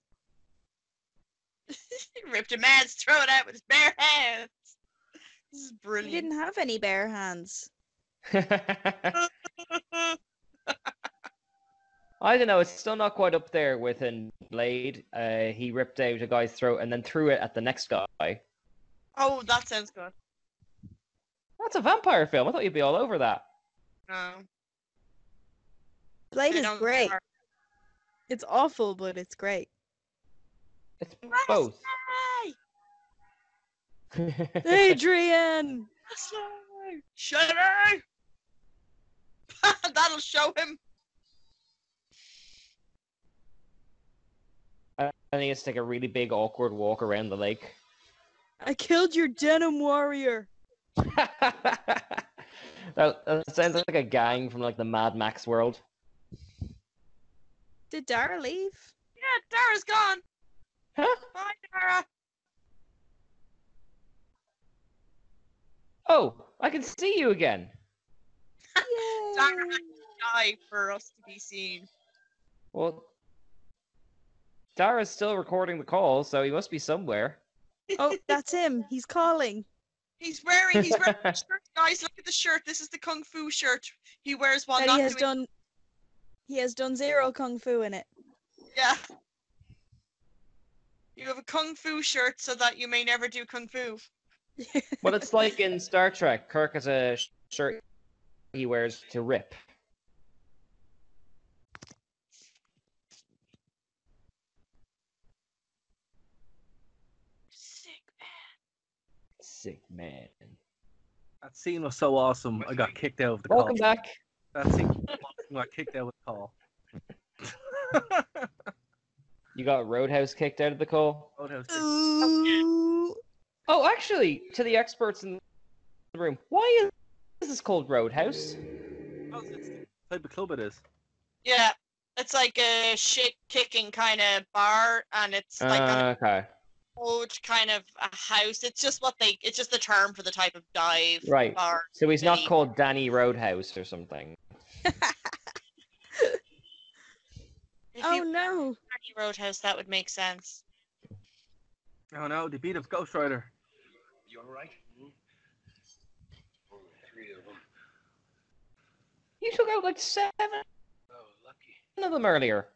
He ripped a man's throat out with his bare hands. This is He brilliant. didn't have any bare hands. I don't know. It's still not quite up there with in Blade. Uh, he ripped out a guy's throat and then threw it at the next guy. Oh, that sounds good. That's a vampire film. I thought you'd be all over that. No. Blade they is don't great. care. It's awful, but it's great. It's both. Hey, Adrian! Laszlo. Shudder. That'll show him. And he has to take a really big, awkward walk around the lake. I killed your denim warrior. I That, that sounds like a gang from like the Mad Max world. Did Dara leave? Yeah, Dara's gone. Huh? Bye, Dara. Oh, I can see you again. Dara had to die for us to be seen. Well, Dara's still recording the call, so he must be somewhere. Oh, that's him. He's calling. He's wearing. He's wearing a shirt, guys. Look at the shirt. This is the kung fu shirt he wears while That not he has doing. done. He has done zero kung fu in it. Yeah. You have a kung fu shirt so that you may never do kung fu. Well, it's like in Star Trek. Kirk has a sh- shirt he wears to rip. Sick. Sick man. That scene was so awesome. I got kicked out of the Welcome call. back. That scene was so awesome. I got kicked out of the call. You got Roadhouse kicked out of the call. Roadhouse did- Ooh. Oh, actually, to the experts in the room, why is this called Roadhouse? Roadhouse, it's the type of club it is. Yeah, it's like a shit kicking kind of bar, and it's like an Uh, okay, old kind of a house. It's just what they. It's just the term for the type of dive right. bar. So he's not Danny. called Danny Roadhouse or something. If Oh you no. Danny Roadhouse, that would make sense. Oh no, they beat up Ghost Rider. You all right? Only three of them. You took out like seven Oh, lucky. of them earlier.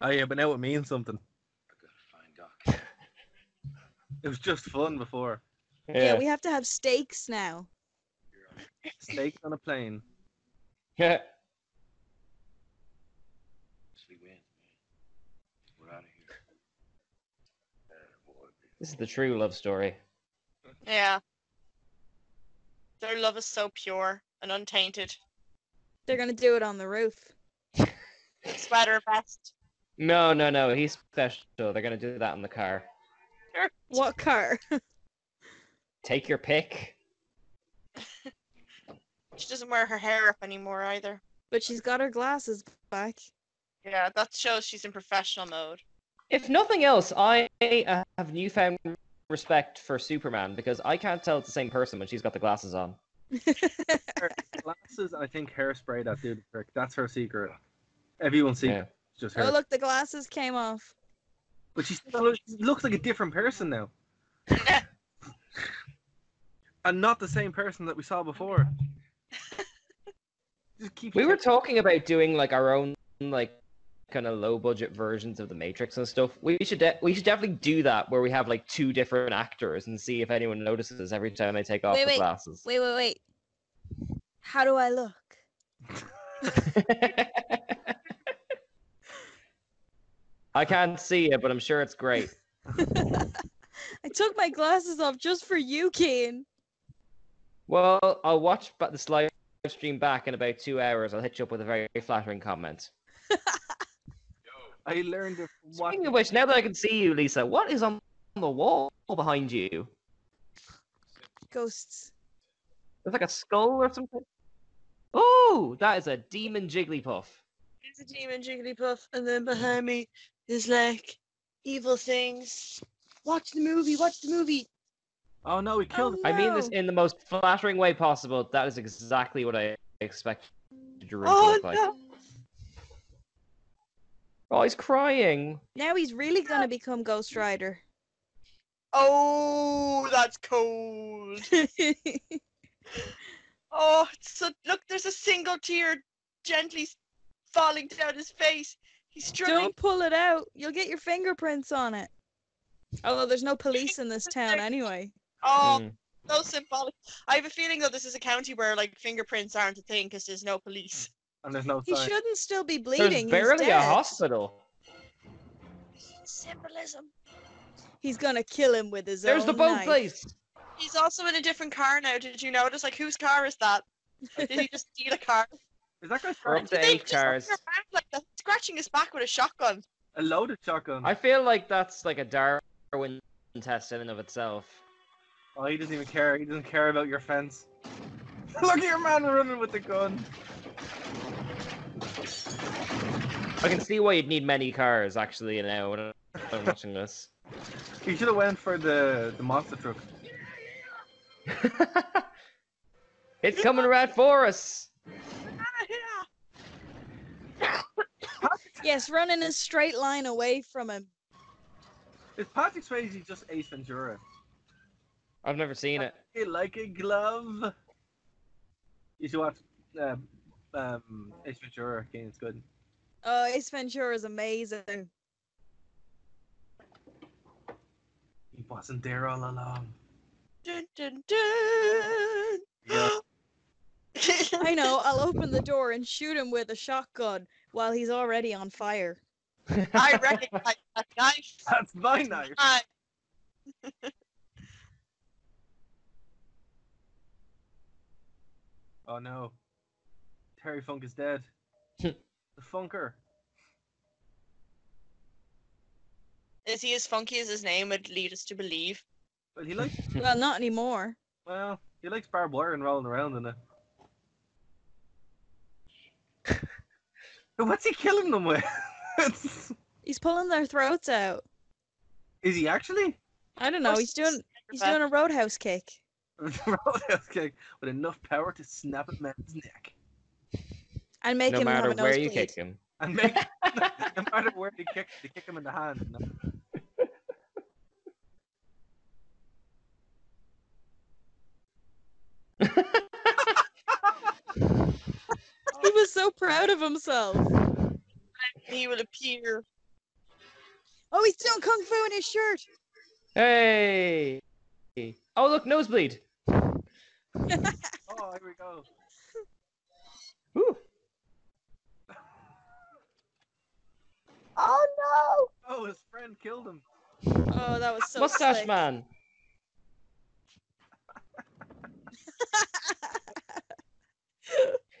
Oh yeah, but now it means something. I gotta find Doc. It was just fun before. Yeah. we have to have stakes now. Snakes on a plane. Yeah. Sleep in. We're out of here. Uh, boy. this is the true love story. Yeah. Their love is so pure and untainted. They're gonna do it on the roof. Sweater vest. No, no, no. He's special. They're gonna do that in the car. What car? Take your pick. She doesn't wear her hair up anymore either. But she's got her glasses back. Yeah, that shows she's in professional mode. If nothing else, I uh, have newfound respect for Superman because I can't tell it's the same person when she's got the glasses on. Glasses, I think hairspray that do the trick. That's her secret. Everyone's secret. Yeah. It's just her. Oh look, the glasses came off. But she still looks, looks like a different person now. and not the same person that we saw before. Just keep We were talking about doing like our own like kind of low budget versions of the Matrix and stuff. We should de- we should definitely do that where we have like two different actors and see if anyone notices every time they take off Wait, the wait, glasses. Wait, wait, wait. How do I look? I can't see it, but I'm sure it's great. I took my glasses off just for you, Keen. Well, I'll watch ba- this live stream back in about two hours. I'll hit you up with a very flattering comment. I learned it from Speaking watching of which, now that I can see you, Lisa, what is on the wall behind you? Ghosts. There's like a skull or something. Oh, that is a demon Jigglypuff. There's a demon Jigglypuff, and then behind me is like evil things. Watch the movie. Watch the movie. Oh no, he killed Oh, I mean this no. in the most flattering way possible. That is exactly what I expected your room to Oh look like. no! Oh, he's crying. Now he's really gonna become Ghost Rider. Oh, that's cold. Oh, so look, there's a single tear gently s- falling down his face. He's struggling. Don't pull it out. You'll get your fingerprints on it. Although there's no police in this town anyway. Oh, Mm. so symbolic. I have a feeling though this is a county where like fingerprints aren't a thing because there's no police. and there's no He sign. shouldn't still be There's bleeding. he's barely a dead. hospital. Symbolism. He's gonna kill him with his There's own the boat knife. place. He's also in a different car now. Did you notice? Like, whose car is that? Did he just steal a car? Is that guy We're scratching up to They eight just walk cars. around like that, scratching his back with a shotgun. a loaded shotgun? I feel like that's like a Darwin test in and of itself. Oh, he doesn't even care. He doesn't care about your fence. Look at your man running with the gun. I can see why you'd need many cars actually now. When I'm watching this. You should have went for the the monster truck. it's coming right for us. Yes, run in a straight line away from him. Is Patrick Swayze just Ace Ventura? I've never seen it. Hey, like a glove. You should watch um, um, Ace Ventura again. It's good. Oh, Ace Ventura is amazing. He wasn't there all along. Dun, dun, dun. Yeah. I know. I'll open the door and shoot him with a shotgun while he's already on fire. I recognize that knife. That's my knife. Uh, Oh no. Terry Funk is dead. the Funker. is he as funky as his name would lead us to believe? Well, he likes Well, not anymore. well, he likes barbed wire and rolling around in it. But What's he killing them with? It's- He's pulling their throats out. is he actually? I don't know. He's doing he's doing a roadhouse kick. Roadhouse kick with enough power to snap a man's neck And make no him have matter a where you nosebleed. kick him. and make no matter where they kick, they kick him in the hand. you know? He was so proud of himself. He will appear. Oh, he's doing kung fu in his shirt. Hey! Oh, look, nosebleed. Oh, here we go. Ooh. Oh no! Oh, his friend killed him. Oh, that was so Mustache slick. man.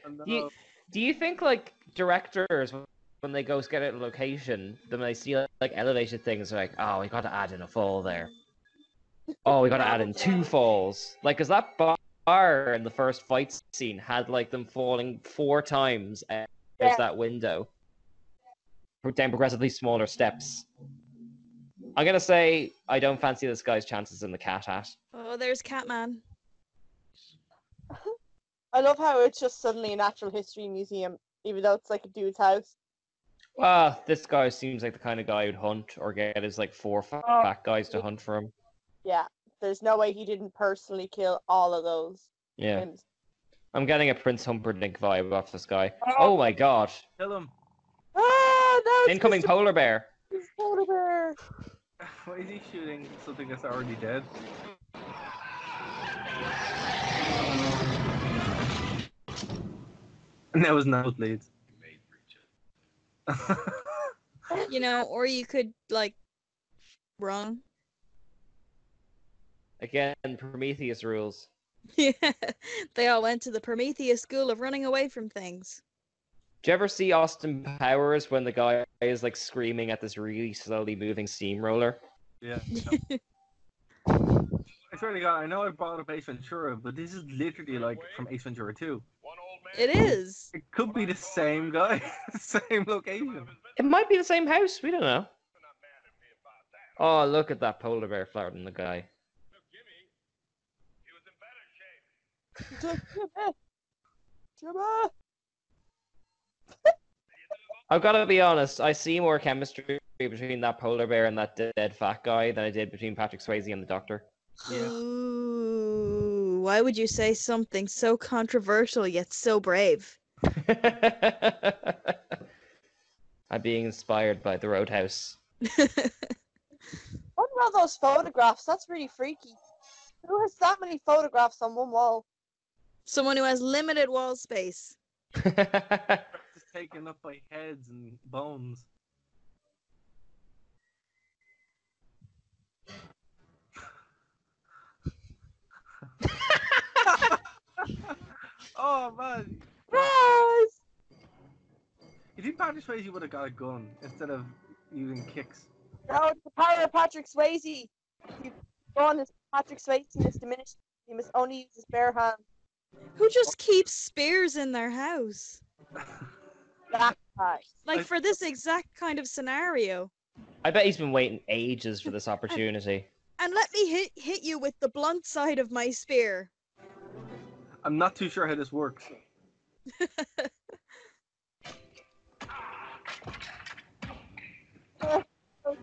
And, You- uh, Do you think like directors when they go get a location, then they see like, elevated things like, oh, we got to add in a fall there. Oh, we got to add in two falls. Like, cause that bar in the first fight scene had like them falling four times out Yeah. that window, Pro- down progressively smaller steps. I'm gonna say I don't fancy this guy's chances in the cat hat. Oh, there's Catman. I love how it's just suddenly a natural history museum, even though it's like a dude's house. Ah, this guy seems like the kind of guy who'd hunt or get his like four fa- Oh. fat guys to hunt for him. Yeah, there's no way he didn't personally kill all of those. Yeah. And I'm getting a Prince Humperdinck vibe off this guy. Oh. Oh my god. Kill him. Ah, no, it's Incoming Mr. polar bear. Polar Bear. Why is he shooting something that's already dead? And that was nosebleeds. You made for each other. You know, or you could like run. Again, Prometheus rules. Yeah. They all went to the Prometheus school of running away from things. Do you ever see Austin Powers when the guy is like screaming at this really slowly moving steamroller? yeah. I swear to God, I know I brought up Ace Ventura, but this is literally like from Ace Ventura 2. One old man. It is. It could be the same guy, same location. It might be the same house, we don't know. Oh, look at that polar bear flirting the guy. Jibba. I've got to be honest, I see more chemistry between that polar bear and that de- dead fat guy than I did between Patrick Swayze and the doctor. Yeah. Ooh, why would you say something so controversial yet so brave? I'm being inspired by the roadhouse. What about those photographs? That's really freaky. Who has that many photographs on one wall? Someone who has limited wall space. It's taken up by heads and bones. oh man, Yes! you think Patrick Swayze would have got a gun instead of using kicks? No, it's the power of Patrick Swayze. You go on this Patrick Swayze is diminished. He must only use his bare hand. Who just keeps spears in their house? That guy. I- Like for this exact kind of scenario. I bet he's been waiting ages for this opportunity. And let me hit hit you with the blunt side of my spear. I'm not too sure how this works. Those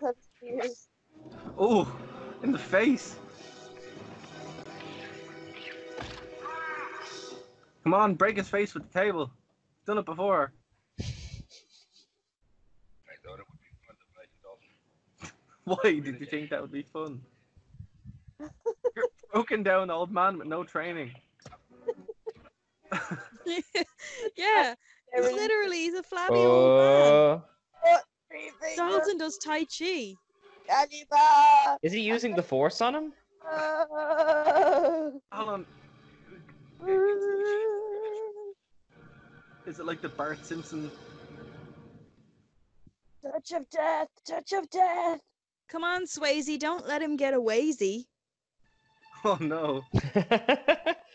have spears. Oh, in the face. Come on, break his face with the table. Done it before. I thought it would be fun to play Dolphin. Why did you think that would be fun? You're a broken down old man with no training. yeah, They he's were literally he's a flabby old man. Oh, creeping Dalton does tai chi. Caliban. is he using the force on him? Hold on, is it like the Bart Simpson? Touch of death, touch of death. Come on, Swayze, don't let him get away. Oh no,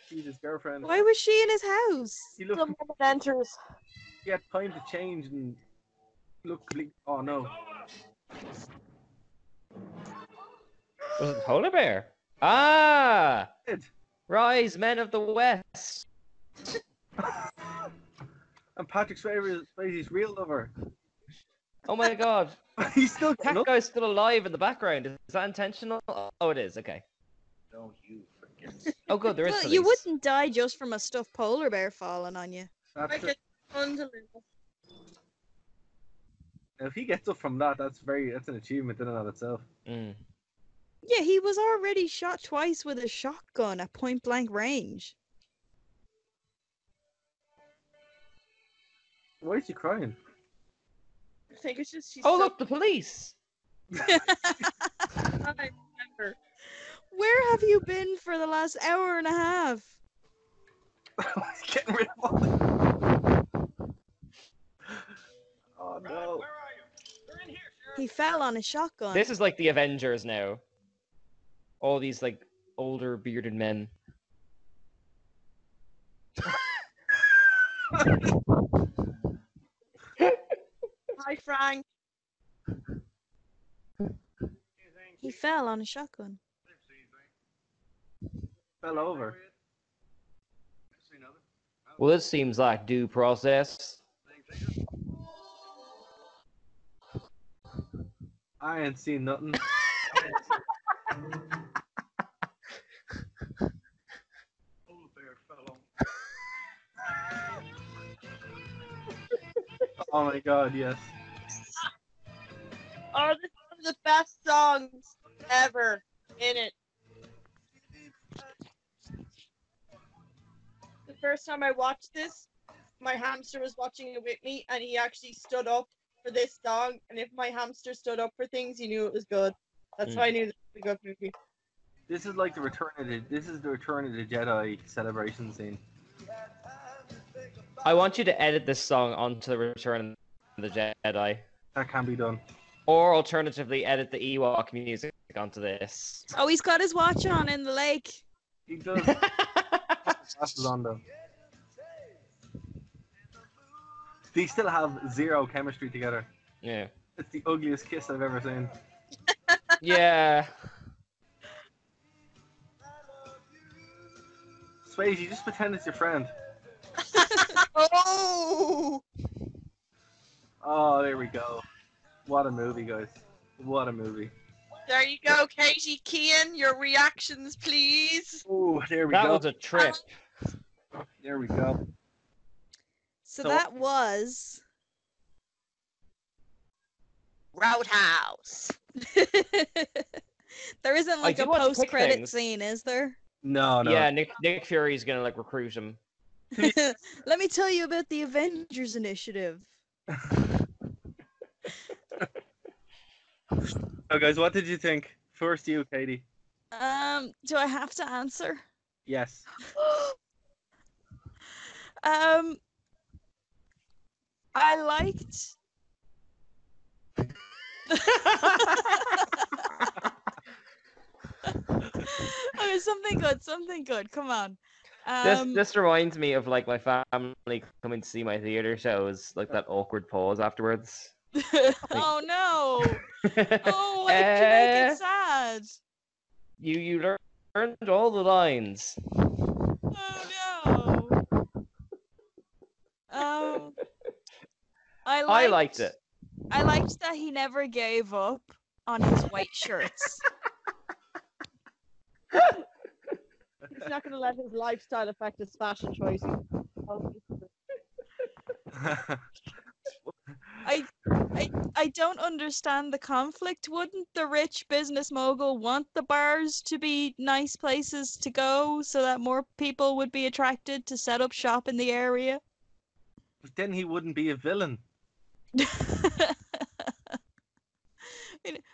she's his girlfriend. Why was she in his house? He The looked woman enters. he had time to change and look. complete- Oh no, Was it Polar Bear? Ah! It. Rise, men of the West! and Patrick Swayze is his real lover. Oh my god. He's still getting That up. guy's still alive in the background. Is that intentional? Oh, it is. Okay. Don't you forget. Oh, good. There is. Well, you police. wouldn't die just from a stuffed polar bear falling on you. That's Like it. a unbelievable. If he gets up from that, that's very that's an achievement in and of itself. Mm. Yeah, he was already shot twice with a shotgun at point blank range. Why is she crying? I think it's just she's Oh, so look, the police! high, remember. Where have you been for the last hour and a half? He's getting rid of all. Oh Ryan, no! where are you? They're in here, Sheriff. He fell on a shotgun. This is like the Avengers now. All these, like, older bearded men. Hi, Frank. He fell on a shotgun. They've seen things. Fell over. They've seen others. Well, this seems like due process. Things they just I ain't seen nothing. polar bear fell on. Oh my god, yes. Oh, this is one of the best songs ever in it. The first time I watched this, my hamster was watching it with me, and he actually stood up for this song. And if my hamster stood up for things, he knew it was good. That's Hmm. why I knew this was a good movie. This is like the return of the this is the return of the Jedi celebration scene. I want you to edit this song onto the Return of the Jedi. That can be done. Or alternatively, edit the Ewok music onto this. Oh, he's got his watch on in the lake. He does. glasses on though. They still have zero chemistry together. yeah. It's the ugliest kiss I've ever seen. Yeah. Swayze, you just pretend it's your friend. Oh! Oh, there we go. What a movie, guys. What a movie. There you go, Katie Kean. Your reactions, please. Oh, there we That go. was a trip. There we go. So, So- that was. Roadhouse. there isn't like do a want to pick post credit things. scene, is there? Oh, No, no. Yeah, Nick Nick Fury's gonna like recruit him. Let me tell you about the Avengers Initiative. So, guys, what did you think? First, you, Katie. Um, do I have to answer? Yes. um, I liked. Oh, okay, something good, something good. Come on. This Um, this reminds me of like my family coming to see my theater shows, like that awkward pause afterwards. oh no! Oh, I Eh. make it sad. you you lear- learned all the lines. Oh no. Um, I liked, I liked it. I liked that he never gave up on his white shirts. He's not going to let his lifestyle affect his fashion choices. I don't understand the conflict. Wouldn't the rich business mogul want the bars to be nice places to go so that more people would be attracted to set up shop in the area? But then he wouldn't be a villain.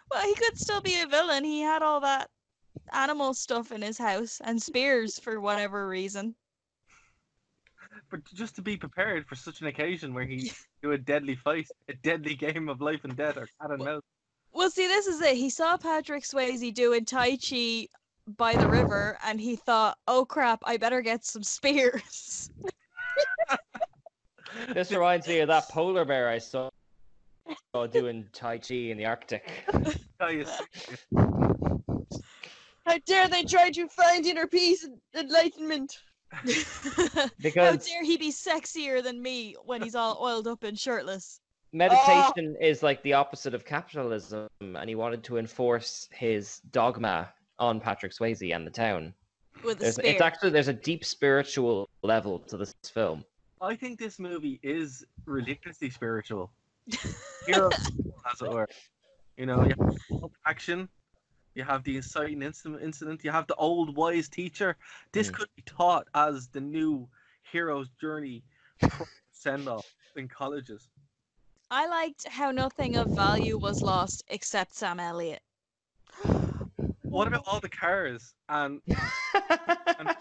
Well, he could still be a villain. He had all that animal stuff in his house and spears for whatever reason. But just to be prepared for such an occasion where he do a deadly fight, a deadly game of life and death, or cat and mouse. Well, see, this is it. He saw Patrick Swayze doing Tai Chi by the river and he thought, oh crap, I better get some spears. This reminds me of that polar bear I saw saw doing Tai Chi in the Arctic. Oh, you see, How dare they try to find inner peace and enlightenment? How Because dare he be sexier than me when he's all oiled up and shirtless? meditation is like the opposite of capitalism, and he wanted to enforce his dogma on Patrick Swayze and the town. With a There's, spear. it's actually there's a deep spiritual level to this film. I think this movie is ridiculously spiritual. Hero, as it were. You know, you have action, you have the inciting incident, incident, you have the old wise teacher. This Mm. could be taught as the new hero's journey send off in colleges. I liked how nothing of value was lost except Sam Elliott. What about all the cars and, and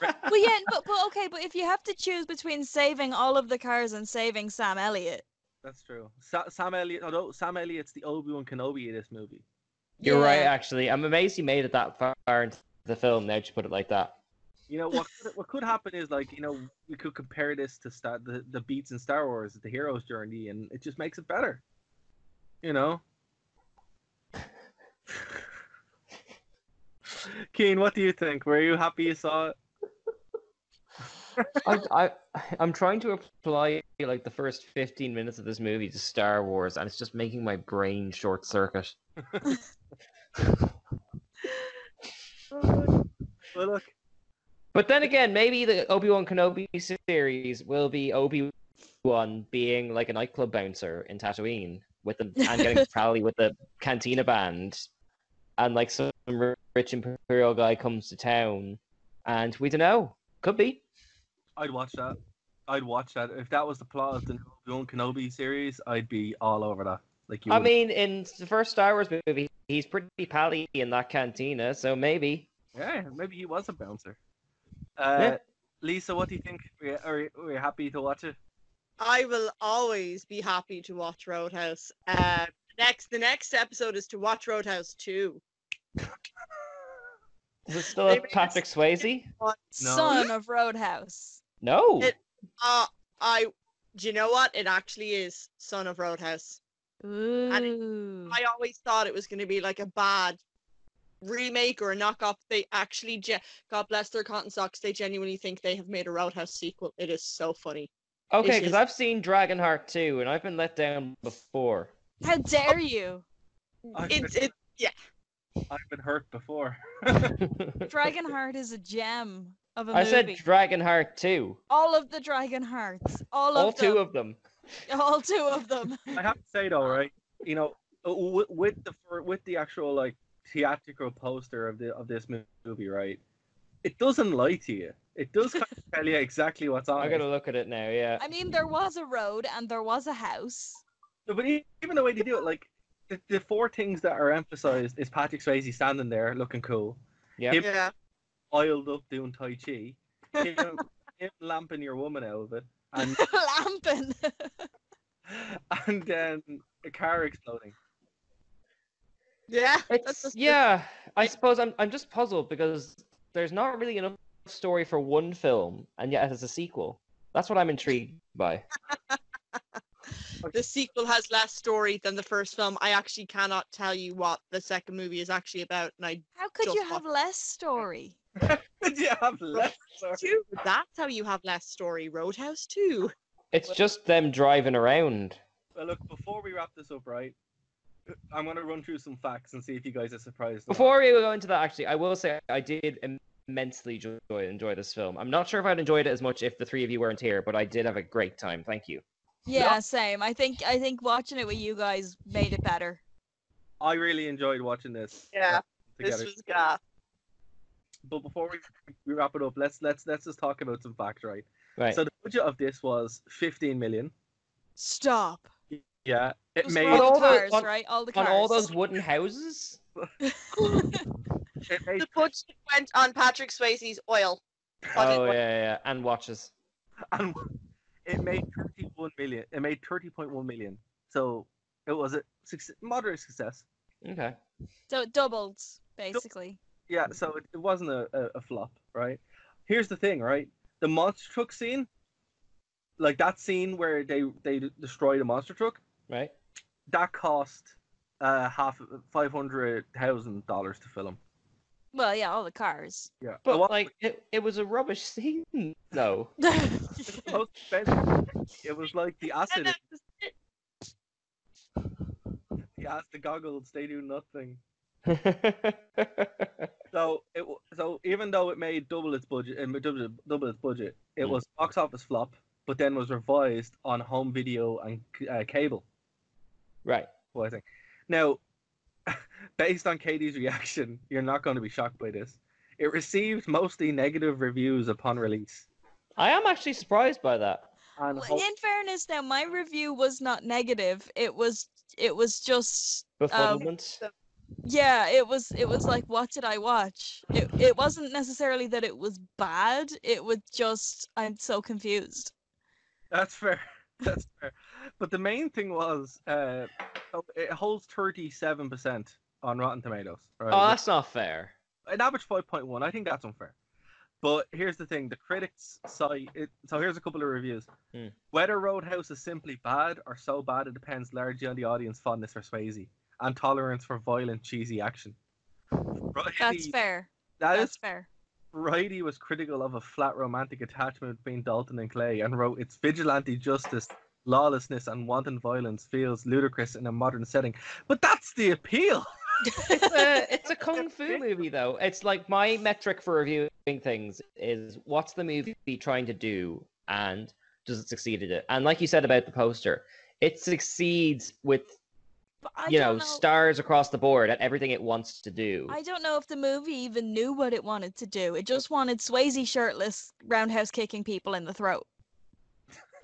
Well, yeah, but, but okay, but if you have to choose between saving all of the cars and saving Sam Elliott, That's true. Sa- Sam Elliott, although Sam Elliott's the Obi Wan Kenobi of this movie. You're right, Yeah. actually. I'm amazed he made it that far into the film. Now that you put it like that. You know what? Could, what could happen is like you know we could compare this to Star, the the beats in Star Wars, the hero's journey, and it just makes it better. You know. Keen, what do you think? Were you happy you saw it? I, I I'm trying to apply like the first 15 minutes of this movie to Star Wars, and it's just making my brain short circuit. Uh, Well, look, But then again, maybe the Obi Wan Kenobi series will be Obi Wan being like a nightclub bouncer in Tatooine with the and getting to rally with the Cantina band, and like some ri- rich imperial guy comes to town, and we don't know. Could be. I'd watch that. I'd watch that if that was the plot of the Obi Wan Kenobi series. I'd be all over that. Like you. I would. mean, in the first Star Wars movie, he's pretty pally in that cantina, so maybe. Yeah, maybe he was a bouncer. Uh, Yeah. Lisa, what do you think? Are you, are, you, are you happy to watch it? I will always be happy to watch Roadhouse. Uh, next, the next episode is to watch Roadhouse two. Is it still They a made us- Patrick Swayze? No. son of Roadhouse. No. It- Uh, I, do you know what? It actually is Son of Roadhouse. Ooh. I always thought it was going to be like a bad remake or a knockoff. They actually, ge- God bless their cotton socks, they genuinely think they have made a Roadhouse sequel. It is so funny. okay, it's because just- I've seen Dragonheart 2, and I've been let down before. How dare you? I've been, It's it. I've been hurt before. Dragonheart is a gem of a I movie. said Dragonheart 2. all of the dragon hearts, all, All of two them, of them. all two of them. I have to say though, right? You know, with, with the fir- with the actual like theatrical poster of the of this mo- movie, right? It doesn't lie to you. It does kind of tell you exactly what's on. I'm it. going to look at it now, yeah. I mean, there was a road and there was a house. No, But e- even the way they do it, like the, the four things that are emphasized is Patrick Swayze standing there looking cool, Yep. Yeah. oiled up doing tai chi, him, him lamping your woman out of it, and Lamping. and then a car exploding. Yeah. It's, just- yeah, I suppose I'm, I'm just puzzled because there's not really enough story for one film and yet it has a sequel. That's what I'm intrigued by. The sequel has less story than the first film. I actually cannot tell you what the second movie is actually about, and I How could Just you have watch- less story? yeah, I'm left. Sorry. too. That's how you have less story. Roadhouse too. It's just them driving around. Well, look, before we wrap this up, right? I'm gonna run through some facts and see if you guys are surprised. or not. Before we go into that, actually, I will say I did immensely enjoy enjoy this film. I'm not sure if I'd enjoyed it as much if the three of you weren't here, but I did have a great time. Thank you. Yeah, same. I think I think watching it with you guys made it better. I really enjoyed watching this. Yeah, uh, This together. was uh, gaff. But before we, we wrap it up, let's let's let's just talk about some facts, right? Right. So the budget of this was 15 million. Stop. Yeah, it Just made all all the the- cars, on- right? All the On cars. all those wooden houses? it made The budget went on Patrick Swayze's oil. Budget Oh yeah, went- yeah, yeah. and watches. and it made 31 million. It made 30.1 million. So it was a success, moderate success. Okay. So it doubled basically. Yeah, so it, it wasn't a, a, a flop, right? Here's the thing, right? The monster truck scene, like that scene where they they d- destroy the monster truck, Right. that cost uh half five hundred thousand dollars to film. Well, yeah, all the cars. Yeah, I But wa- like it, it was a rubbish scene though. the most expensive- It was like the acid. Yeah, the goggles. They do nothing. So it w- so even though it made double its budget, it made double, double its budget, it Mm. was box office flop, but then was revised on home video and c- uh, cable. right. Well, I think now, based on Katie's reaction, you're not going to be shocked by this. It received mostly negative reviews upon release. I am actually surprised by that. And Well, ho- in fairness, now my review was not negative. It was it was just Befuddlement. yeah. It was it was like what did I watch? It it wasn't necessarily that it was bad. It was just I'm so confused. that's fair. That's fair. But the main thing was uh, oh, it holds 37% on Rotten Tomatoes. Right? oh, that's not fair. an average 5.1 i think that's unfair but here's the thing the critics side it, so here's a couple of reviews Hmm. whether roadhouse is simply bad or so bad it depends largely on the audience fondness for swayze and tolerance for violent cheesy action variety, That's fair. that That's is fair. variety was critical of a flat romantic attachment between dalton and clay and wrote it's vigilante justice lawlessness and wanton violence feels ludicrous in a modern setting but that's the appeal It's a, it's a kung fu movie though. It's like my metric for reviewing things is what's the movie trying to do and does it succeed at it? And like you said about the poster, it succeeds with But I you know, don't know. stars across the board at everything it wants to do. I don't know if the movie even knew what it wanted to do. It just wanted Swayze shirtless, roundhouse kicking people in the throat.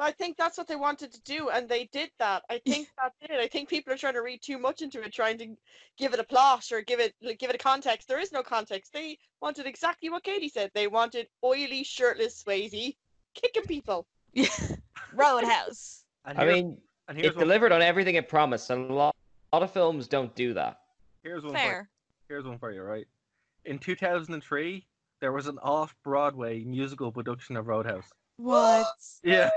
I think that's what they wanted to do, and they did that. I think that's it. I think people are trying to read too much into it, trying to give it a plot or give it like, give it a context. There is no context. They wanted exactly what Katie said. They wanted oily, shirtless Swayze kicking people. Roadhouse. and I here- mean, and it here's one, delivered on everything it promised. and A lot, a lot of films don't do that. here's one for you. fair. Here's one for you, right? In 2003, there was an off Broadway musical production of Roadhouse. What? Yeah.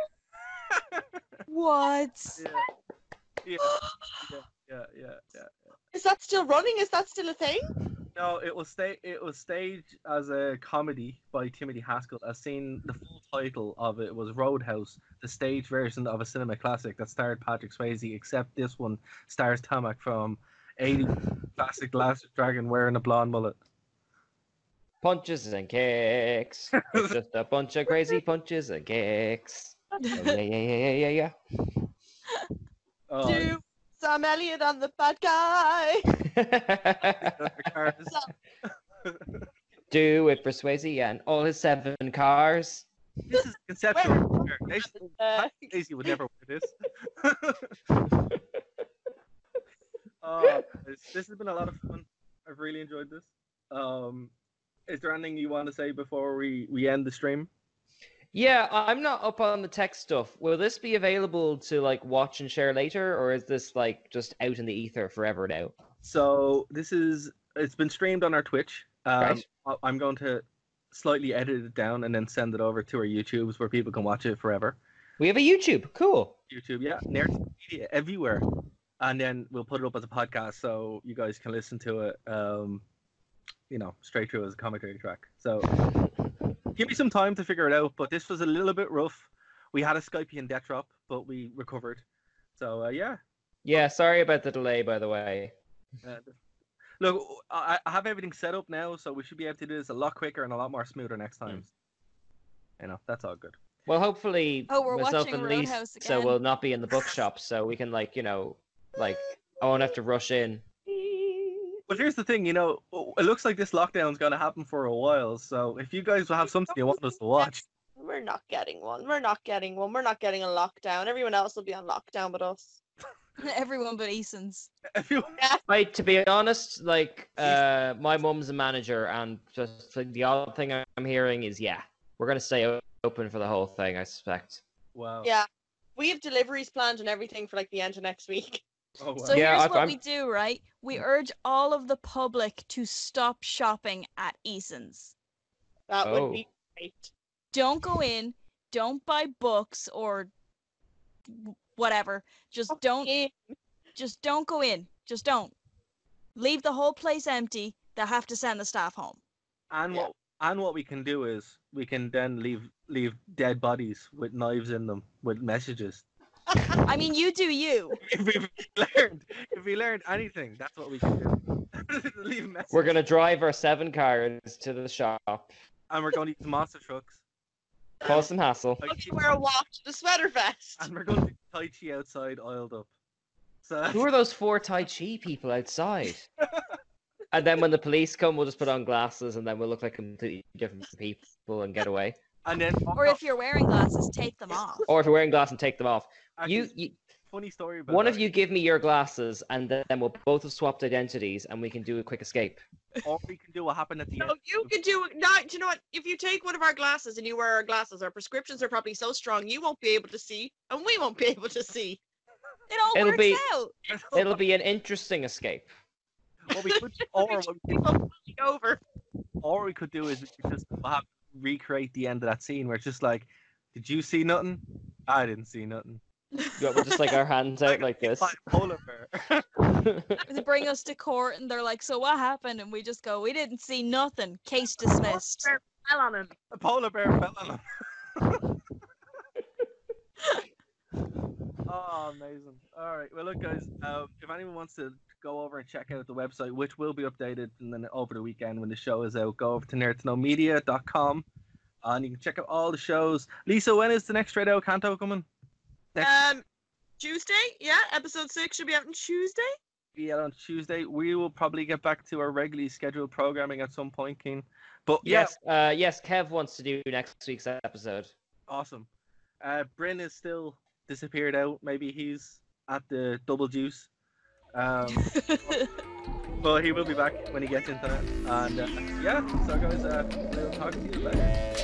What? Yeah. Yeah. Yeah. Yeah. Yeah. yeah. Is that still running? Is that still a thing? No, it was sta- it was staged as a comedy by Timothy Haskell. I've seen the full title of it was Roadhouse, the stage version of a cinema classic that starred Patrick Swayze, except this one stars Tamak from 80 classic Last Dragon wearing a blonde mullet. Punches and kicks. It's just a bunch of crazy punches and kicks. Oh, yeah, yeah, yeah, yeah, yeah, yeah. Oh, Do Sam Elliott on the bad guy. cars. Do it for Swayze and all his seven cars. this is conceptual. They should- Uh, Daisy would never wear this. oh, guys, this has been a lot of fun. I've really enjoyed this. Um, is there anything you want to say before we, we end the stream? Yeah, I- I'm not up on the tech stuff. Will this be available to like watch and share later, or is this like just out in the ether forever now? So this is it's been streamed on our Twitch. Um, Right. I, I'm going to slightly edit it down and then send it over to our YouTubes where people can watch it forever. We have a YouTube. Cool. YouTube, yeah, Nerd Media everywhere, and then we'll put it up as a podcast so you guys can listen to it. Um, you know, straight through as a commentary track. So give me some time to figure it out. But this was a little bit rough. We had a Skypean death drop, but we recovered. So uh, yeah, Yeah, sorry about the delay, by the way. uh, look, I, I have everything set up now, so we should be able to do this a lot quicker and a lot more smoother next time. You know, that's all good. Well, hopefully, Oh, we're myself watching and Lise, Roadhouse so again. we'll not be in the bookshop, so we can like, you know, like I won't have to rush in. But here's the thing, you know, it looks like this lockdown's going to happen for a while. So if you guys will have something you want us to watch, We're not getting one. We're not getting one. We're not getting a lockdown. Everyone else will be on lockdown but us. Everyone but Eason's. if you I, to be honest, like uh, my mum's a manager, and just like, the odd thing I'm hearing is, yeah, we're gonna stay o- open for the whole thing, I suspect. wow, Yeah. We have deliveries planned and everything for like the end of next week. oh, wow. So Yeah, here's I've- what I'm- we do, right? We urge all of the public to stop shopping at Eason's. That Oh. would be great. Don't go in. Don't buy books or w- whatever. Just don't. Yeah. Just don't go in. Just don't. Leave the whole place empty. They'll have to send the staff home. and what and what we can do is we can then leave leave dead bodies with knives in them with messages. I mean, you do you. if we learned if we learned anything, that's what we can do. Leave a message. We're gonna drive our seven cars to the shop, and we're going to use monster trucks. cause some hassle. Like, Okay, wear a watch and a sweater vest. and we're going to do tai chi outside, oiled up. Who So are those four Tai Chi people outside? and then when the police come, we'll just put on glasses, and then we'll look like completely different people and get away. and then oh, Or if you're wearing glasses, take them off. Or if you're wearing glasses, take them off. Actually, You, you funny story about one that. of you give me your glasses, and then then we'll both have swapped identities, and we can do a quick escape. Or we can do what happened at the No, end. you can do it. No, do you know what? If you take one of our glasses and you wear our glasses, our prescriptions are probably so strong you won't be able to see, and we won't be able to see. It all It'll works be- out. It'll be an interesting escape. What we could, or what we could, People falling over. or we could do is we could just have, recreate the end of that scene where it's just like, did you see nothing? I didn't see nothing. Yeah, We're just like our hands out like this. By a polar bear. They bring us to court and they're like, "So what happened?" And we just go, "We didn't see nothing. Case dismissed." Fell on him. A polar bear fell on him. oh, amazing. All right. Well, look, guys, um, if anyone wants to go over and check out the website, which will be updated and then over the weekend when the show is out, go over to nerdtoknowmedia.com and you can check out all the shows. Lisa, when is the next Straight Out Canto coming? Next Um, Tuesday, yeah, episode six should be out on Tuesday. be out on Tuesday. We will probably get back to our regularly scheduled programming at some point, Keen. But yeah, Yes, uh, yes. Kev wants to do next week's episode. Awesome. Uh, Bryn is still disappeared out. Maybe he's at the double juice. Um, but he will be back when he gets into it. And uh, yeah, so guys, uh, we'll talk to you later.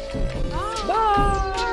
Bye.